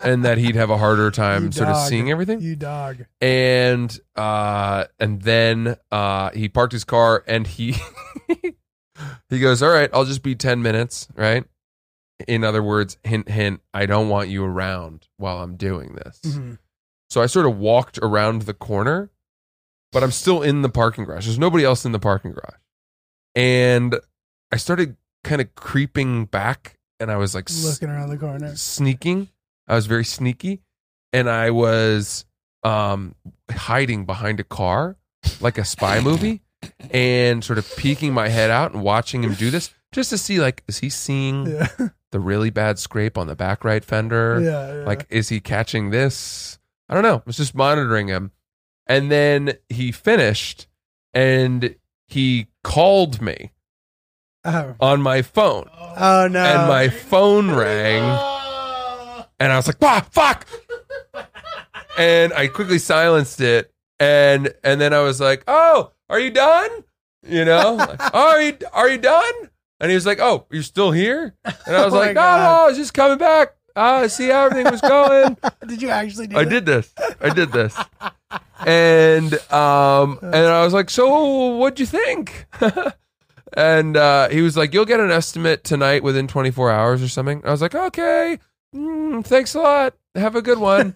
and that he'd have a harder time
You
sort of
dog.
seeing everything.
you dog.
And uh, and then uh, he parked his car and he he goes, all right, I'll just be ten minutes, right? In other words, hint, hint, I don't want you around while I'm doing this.
Mhm.
So I sort of walked around the corner, but I'm still in the parking garage. There's nobody else in the parking garage. And I started kind of creeping back and I was like s-
Looking around the corner.
sneaking. I was very sneaky and I was um hiding behind a car like a spy movie and sort of peeking my head out and watching him do this just to see like is he seeing
Yeah.
the really bad scrape on the back right fender?
yeah, yeah.
Like, is he catching this? I don't know. I was just monitoring him. And then he finished and he called me
oh,
on my phone.
oh no.
and my phone rang. And I was like, ah, fuck. and I quickly silenced it. And and then I was like, oh, are you done? You know, like, "Oh, are you are you done? And he was like, oh, you're still here? And I was
Oh my
like, no, no,
God.
I was just coming back. Ah, I see how everything was going.
did you actually do
I
that?
did this. I did this. And um and I was like, "So, what'd you think?" and uh he was like, "You'll get an estimate tonight within 24 hours or something." I was like, "Okay. Mm, thanks a lot. Have a good one."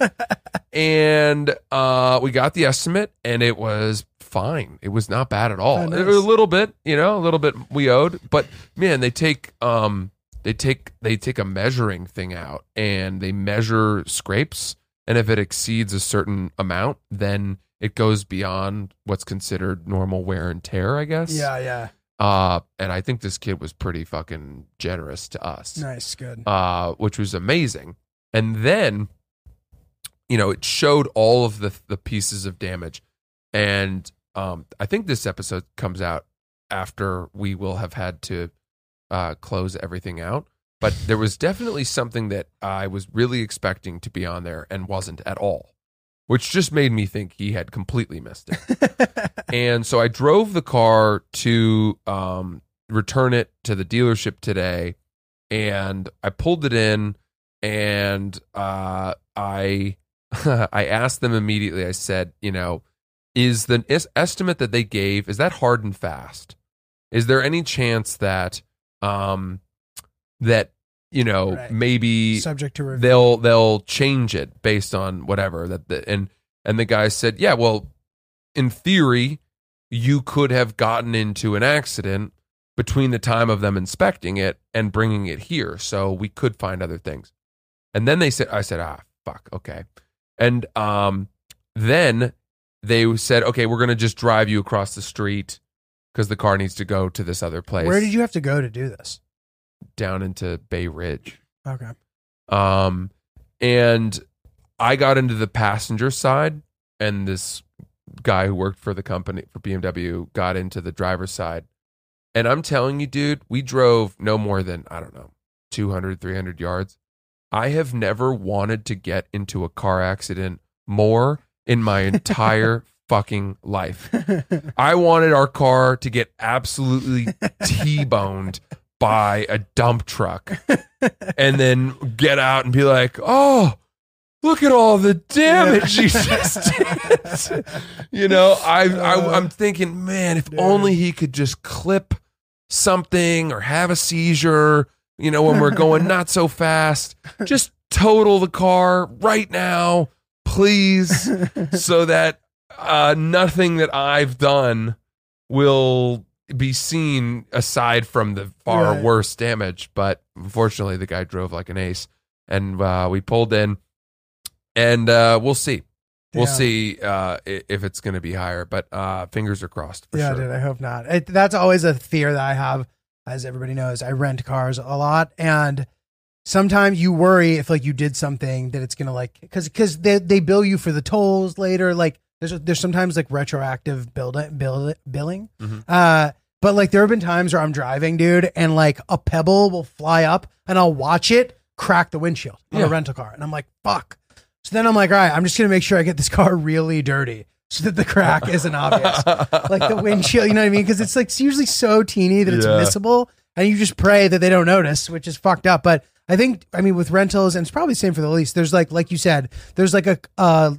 and uh we got the estimate and it was fine. It was not bad at all.
Oh, nice.
It was a little bit, you know, a little bit we owed, but man, they take um they take they take a measuring thing out and they measure scrapes and if it exceeds a certain amount, then it goes beyond what's considered normal wear and tear, I guess.
Yeah, yeah.
Uh, and I think this kid was pretty fucking generous to us,
Nice, good.
uh, which was amazing. And then, you know, it showed all of the the pieces of damage, and um, I think this episode comes out after we will have had to uh, close everything out. But there was definitely something that I was really expecting to be on there and wasn't at all, which just made me think he had completely missed it. and so I drove the car to um, return it to the dealership today, and I pulled it in, and uh, I I asked them immediately. I said, you know, is the is estimate that they gave is that hard and fast? Is there any chance that um, that you know
Right.
maybe
Subject to review.
they'll they'll change it based on whatever that the, and and the guy said yeah well in theory you could have gotten into an accident between the time of them inspecting it and bringing it here so we could find other things and then they said i said ah fuck okay and um then they said okay we're going to just drive you across the street because the car needs to go to this other place
Where did you have to go to do this?
down into bay ridge
Okay.
um, and I got into the passenger side, and this guy who worked for the company for BMW got into the driver's side, And I'm telling you, dude, we drove no more than, I don't know, 200, 300 yards. I have never wanted to get into a car accident more in my entire fucking life. I wanted our car to get absolutely T boned by a dump truck and then get out and be like, oh, look at all the damage he just did. you know, I, I, I'm thinking, man, if
Dude.
only he could just clip something or have a seizure, you know, when we're going not so fast, just total the car right now, please, so that uh, nothing that I've done will be seen aside from the far
Right.
worse damage. But unfortunately, the guy drove like an ace, and uh, we pulled in, and uh, we'll see. We'll
Yeah.
see uh, i- if it's going to be higher, but uh, fingers are crossed for
yeah,
sure.
dude, I hope not. It, that's always a fear that I have, as everybody knows. I rent cars a lot, and sometimes you worry if like you did something that it's gonna like because because they they bill you for the tolls later. Like there's there's sometimes like retroactive build bill billing.
Mhm.
Uh, but like there have been times where I'm driving, dude, and like a pebble will fly up, and I'll watch it crack the windshield on
Yeah.
a rental car, and I'm like, fuck. So then I'm like, all right, I'm just gonna make sure I get this car really dirty so that the crack isn't obvious like the windshield. You know what I mean? Because it's like it's usually so teeny that it's
Yeah.
missable, and you just pray that they don't notice, which is fucked up. But I think I mean with rentals, and it's probably the same for the lease. There's like like you said, there's like a uh,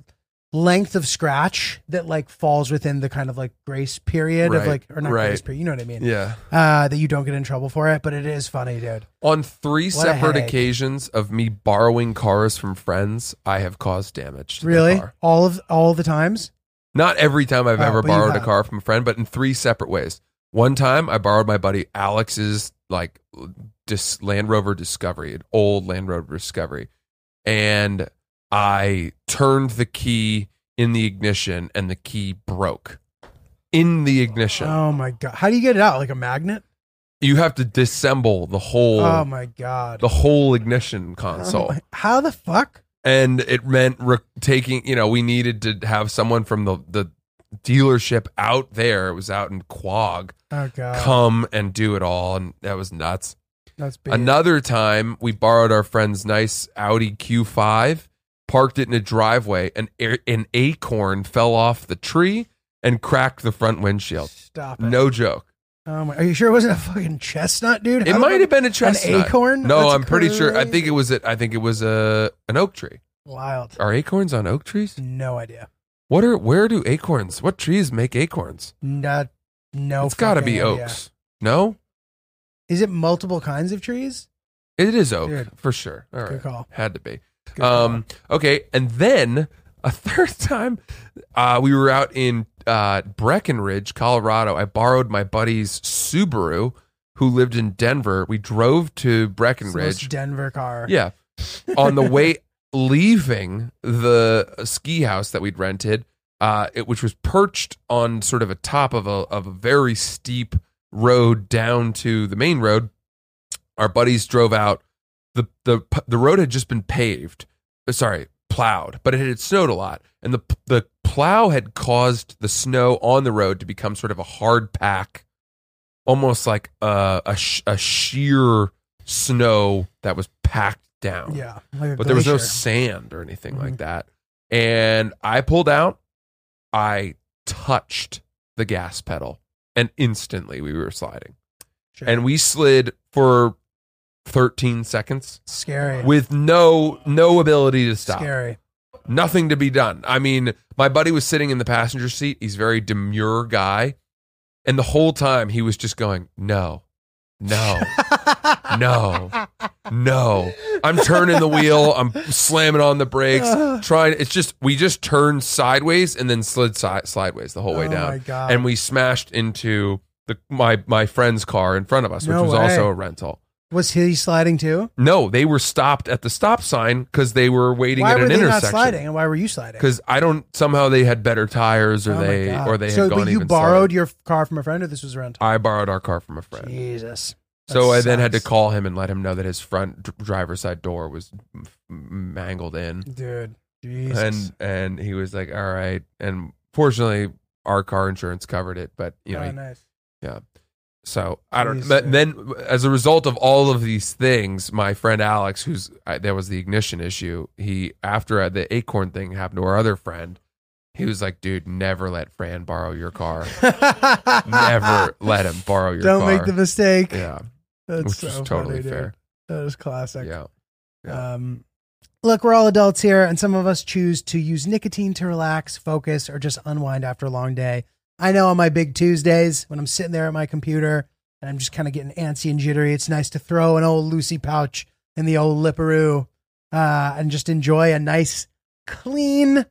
length of scratch that like falls within the kind of like grace period of
Right,
like or not
right.
grace period. You know what I mean?
yeah.
Uh, that you don't get in trouble for it, but it is funny, dude.
On three
What a
separate
headache.
occasions of me borrowing cars from friends, I have caused damage. To the
Really,
car.
all of all the times.
Not every time I've
Oh,
ever
but you
borrowed a
have.
car from a friend, but in three separate ways. One time I borrowed my buddy Alex's like dis- Land Rover Discovery, an old Land Rover Discovery, and I turned the key in the ignition and the key broke in the ignition.
Oh my god, how do you get it out? Like a magnet?
You have to disassemble the whole
Oh my god.
the whole ignition
Oh
console.
my- how the fuck?
and it meant re- taking you know we needed to have someone from the the dealership out there it was out in quag
Oh god,
come and do it all and that was nuts
that's big.
another time we borrowed our friend's nice audi q5 parked it in a driveway and a- an acorn fell off the tree and cracked the front windshield
Stop it.
no joke
Oh my, are you sure it wasn't a fucking chestnut, dude?
it
How
might
did-
have been a chestnut
An acorn?
no
That's
i'm pretty sure i
crazy.
think it was a, i think it was a an oak tree
wild.
are acorns on oak trees
No idea.
What are where do acorns? What trees make acorns?
Not, no.
it's got to be
fucking idea.
oaks. No,
Is it multiple kinds of trees?
it is oak
Dude.
for sure. All right,
Good call.
had to be.
Good
um, okay, and then a third time, uh, we were out in uh, Breckenridge, Colorado. I borrowed my buddy's Subaru, who lived in Denver. We drove to
It's the most
Breckenridge.
Denver car.
Yeah. On the way leaving the ski house that we'd rented, uh, it, which was perched on sort of a top of a of a very steep road down to the main road, our buddies drove out. the the The road had just been paved, uh, sorry, plowed, but it had snowed a lot, and the the plow had caused the snow on the road to become sort of a hard pack, almost like a a, sh- a sheer snow that was packed down.
yeah. like a
but there was no
glacier.
sand or anything like
Mhm.
that. And I pulled out. I touched the gas pedal, and instantly we were sliding,
Sure.
and we slid for thirteen seconds
scary.
with no no ability to stop
Scary.
nothing to be done. I mean, my buddy was sitting in the passenger seat. He's a very demure guy. And the whole time he was just going, no, no, no, no. I'm turning the wheel. I'm slamming on the brakes. Trying. It's just, we just turned sideways and then slid si- sideways the whole way
oh my
down.
god.
And we smashed into the, my, my friend's car in front of us, which
No
was
way.
also a rental.
was he sliding too?
No, they were stopped at the stop sign because they were waiting
Why
at
were
an
they not
intersection
sliding, and why were you sliding?
because I don't somehow they had better tires or
Oh my
they
God.
or they
so,
had gone
but you
even
borrowed
slower.
your car from a friend, or this was rent?
I borrowed our car from a friend,
Jesus. That
so I then had to
sucks.
call him and let him know that his front dr- driver's side door was m- m- mangled in,
dude. Jesus.
and and he was like, "All right," and fortunately our car insurance covered it, but you know,
oh,
he-
nice.
So I don't.
Please
But
do.
then, as a result of all of these things, my friend Alex, who's I, there was the ignition issue. He after uh, the acorn thing happened to our other friend, he was like, "Dude, never let Fran borrow your car. never let him borrow your
Don't
car."
make the mistake.
yeah,
That's
which
so
is
funny,
totally
dude.
fair.
That is classic.
Yeah, yeah.
Um, look, we're all adults here, and some of us choose to use nicotine to relax, focus, or just unwind after a long day. I know on my big Tuesdays when I'm sitting there at my computer and I'm just kind of getting antsy and jittery, it's nice to throw an old Lucy pouch in the old Lipperoo uh, and just enjoy a nice, clean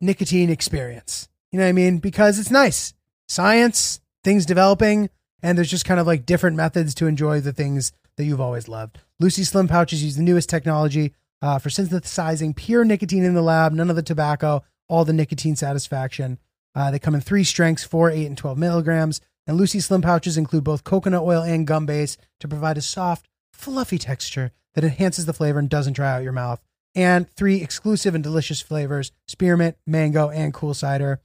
nicotine experience. You know what I mean? Because it's nice. Science, things developing, and there's just kind of like different methods to enjoy the things that you've always loved. Lucy Slim pouches use the newest technology uh, for synthesizing pure nicotine in the lab, none of the tobacco, all the nicotine satisfaction. Uh, they come in three strengths 4, 8, and 12 milligrams. And Lucy Slim pouches include both coconut oil and gum base to provide a soft, fluffy texture that enhances the flavor and doesn't dry out your mouth. And three exclusive and delicious flavors spearmint, mango, and cool cider.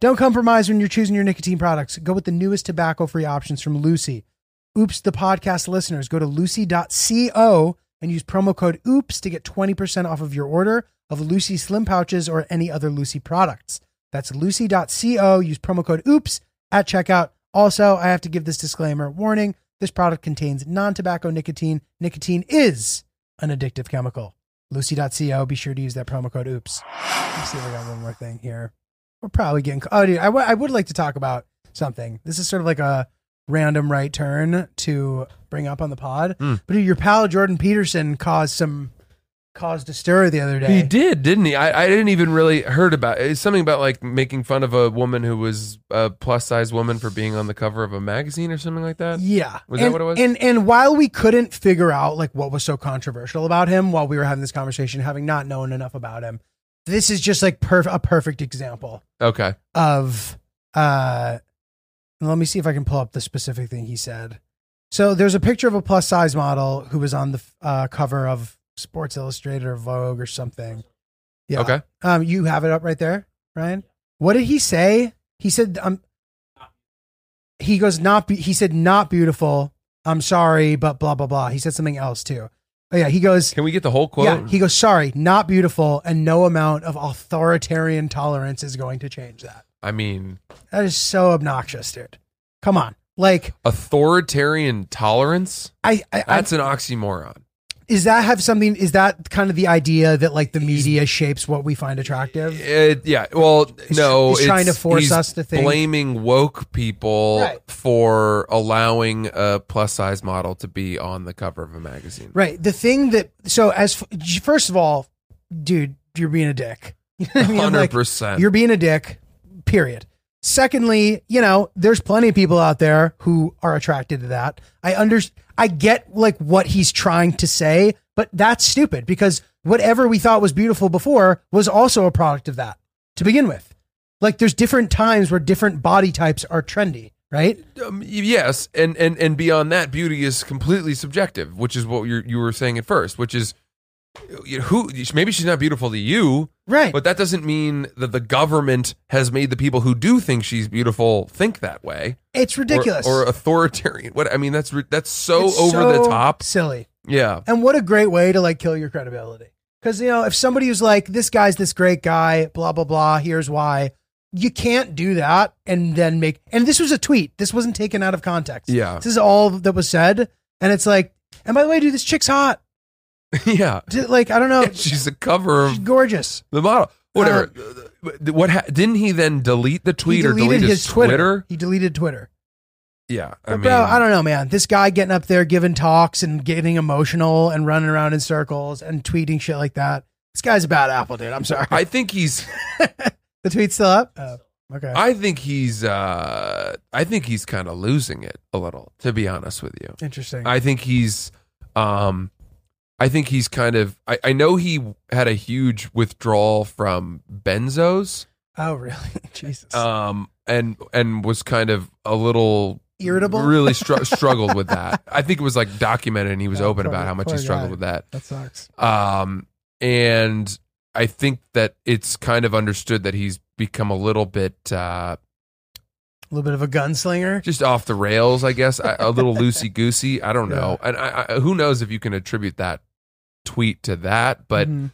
Don't compromise when you're choosing your nicotine products. Go with the newest tobacco free options from Lucy. Oops, the podcast listeners, go to lucy.co and use promo code OOPS to get 20% off of your order of Lucy Slim Pouches or any other Lucy products. That's lucy.co. Use promo code OOPS at checkout. Also, I have to give this disclaimer warning this product contains non tobacco nicotine. Nicotine is an addictive chemical. Lucy.co. Be sure to use that promo code OOPS. Let's see if I got one more thing here. We're probably getting. Oh, dude, I wa- I would like to talk about something. This is sort of like a random right turn to bring up on the pod.
Hmm.
But dude, your pal Jordan Peterson caused some caused a stir the other day.
He did, didn't he? I, I didn't even really heard about it. It's something about like making fun of a woman who was a plus size woman for being on the cover of a magazine or something like that.
Yeah.
Was
and,
that what it was?
And and while we couldn't figure out like what was so controversial about him while we were having this conversation, having not known enough about him, this is just like perf- a perfect example
Okay.
of uh let me see if I can pull up the specific thing he said. So there's a picture of a plus size model who was on the uh, cover of Sports Illustrated or Vogue or something. Yeah.
Okay.
Um, you have it up right there, Ryan. What did he say? He said, um, he goes, not, be- he said, not beautiful. I'm sorry, but blah, blah, blah. He said something else too. Oh, yeah. He goes,
Can we get the whole quote?
yeah, he goes, sorry, not beautiful. And no amount of authoritarian tolerance is going to change that.
I mean,
That is so obnoxious, dude. Come on. Like,
authoritarian tolerance.
I, I, I
That's an oxymoron.
is that have something, is that kind of the idea that like the media shapes what we find attractive?
It- yeah. Well, no.
he's trying
it's-
to force
he's
us to think.
Blaming woke people
Right.
for allowing a plus size model to be on the cover of a magazine.
Right. The thing that so as f- first of all, dude, you're being a dick. You know what I mean?
Hundred
Like,
percent.
you're being a dick. Period. Secondly, you know, there's plenty of people out there who are attracted to that. I under I get like what he's trying to say, but that's stupid because whatever we thought was beautiful before was also a product of that to begin with. Like there's different times where different body types are trendy, right?
Um, y- yes, and and and beyond that, beauty is completely subjective, which is what you you were saying at first, which is you know, who maybe she's not beautiful to you,
Right.
but that doesn't mean that the government has made the people who do think she's beautiful think that way.
it's
Or-
ridiculous.
or, authoritarian. What I mean, that's ri- that's so
It's
over the
so
top.
Silly.
Yeah,
And what a great way to like kill your credibility. Because, you know, if somebody was like, this guy's this great guy, blah, blah, blah, here's why, you can't do that and then make. And this was a tweet. This wasn't taken out of context.
Yeah.
This is all that was said. And it's like, and by the way, dude, this chick's hot.
yeah.
D- Like, I don't know. she's
She's a cover of
gorgeous.
the model. Whatever. But what ha- didn't he then delete the tweet
Uh, he
or
deleted
delete
his
Twitter?
He deleted Twitter.
Yeah, I
But
mean,
bro, I don't know, man. This guy getting up there giving talks and getting emotional and running around in circles and tweeting shit like that. This guy's a bad apple, dude. I'm sorry.
I think he's
The tweet's still up? Oh, okay.
I think he's uh I think he's kind of losing it a little to be honest with you.
Interesting.
I think he's um I think he's kind of I, I know he had a huge withdrawal from benzos
oh, really? Jesus.
um and and was kind of a little
Irritable?
really str- struggled with that. I think it was like documented and he was
Oh,
open
poor
about
guy-
how much he
poor
struggled
guy.
with that.
that sucks.
Um, and I think that it's kind of understood that he's become a little bit uh,
a little bit of a gunslinger.
just off the rails, I guess. I, a little loosey goosey. I don't know, and I, I, who knows if you can attribute that tweet to that, but
Mhm.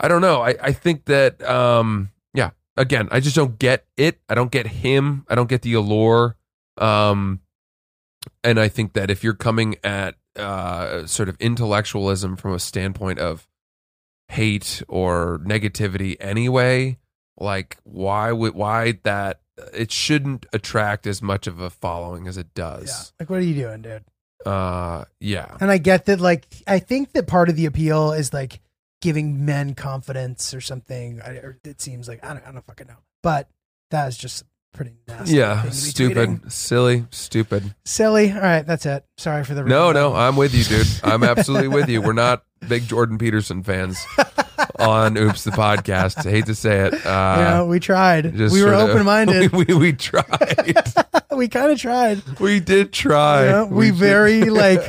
I don't know. I, I think that um yeah, again, I just don't get it. I don't get him. I don't get the allure. Um and I think that if you're coming at uh sort of intellectualism from a standpoint of hate or negativity anyway, like why would why that it shouldn't attract as much of a following as it
yeah.
does.
Like, what are you doing, dude?
Uh yeah.
And I get that, like, I think that part of the appeal is like giving men confidence or something. I, or it seems like I don't, I don't fucking know, but that is just pretty nasty.
Yeah,
thing to be
stupid,
tweeting.
silly, stupid.
silly. All right, that's it. Sorry for the
No,
rant.
no, I'm with you, dude. I'm absolutely with you. We're not big Jordan Peterson fans on Oops the podcast. I hate to say it.
you know,
Uh,
we tried.
just
We were
sorta-
open minded.
We, we, we tried.
we kind of tried.
we did
You
try.
know, we,
did-
very like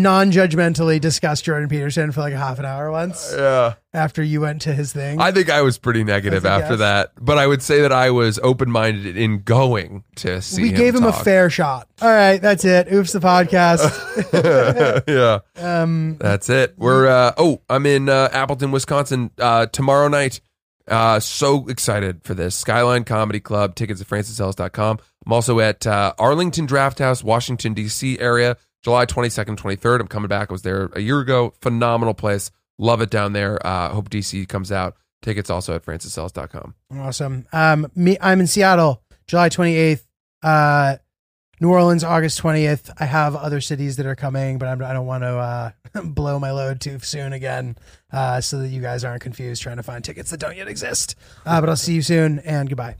non-judgmentally discussed Jordan Peterson for like a half an hour once
Yeah,
after you went to his thing.
I think I was pretty negative
That's a
after
guess.
that, but I would say that I was open minded in going to see.
we gave him a fair shot. All right, that's it. Oops, the podcast.
fair. yeah.
um,
That's it. We're uh, oh, I'm in uh, Appleton, Wisconsin uh, tomorrow night. Uh, so excited for this Skyline Comedy Club. Tickets at francisellis.com. I'm also at uh, Arlington Draft House, Washington D.C. area, July 22nd, 23rd. I'm coming back. I was there a year ago. Phenomenal place. Love it down there. Uh, hope D.C. comes out. Tickets also at francisellis.com.
Awesome. Um, me, I'm in Seattle, July 28th. Uh, New Orleans, August 20th. I have other cities that are coming, but I'm, I don't want to uh, blow my load too soon again, uh, so that you guys aren't confused trying to find tickets that don't yet exist. Uh, but I'll see you soon, and goodbye.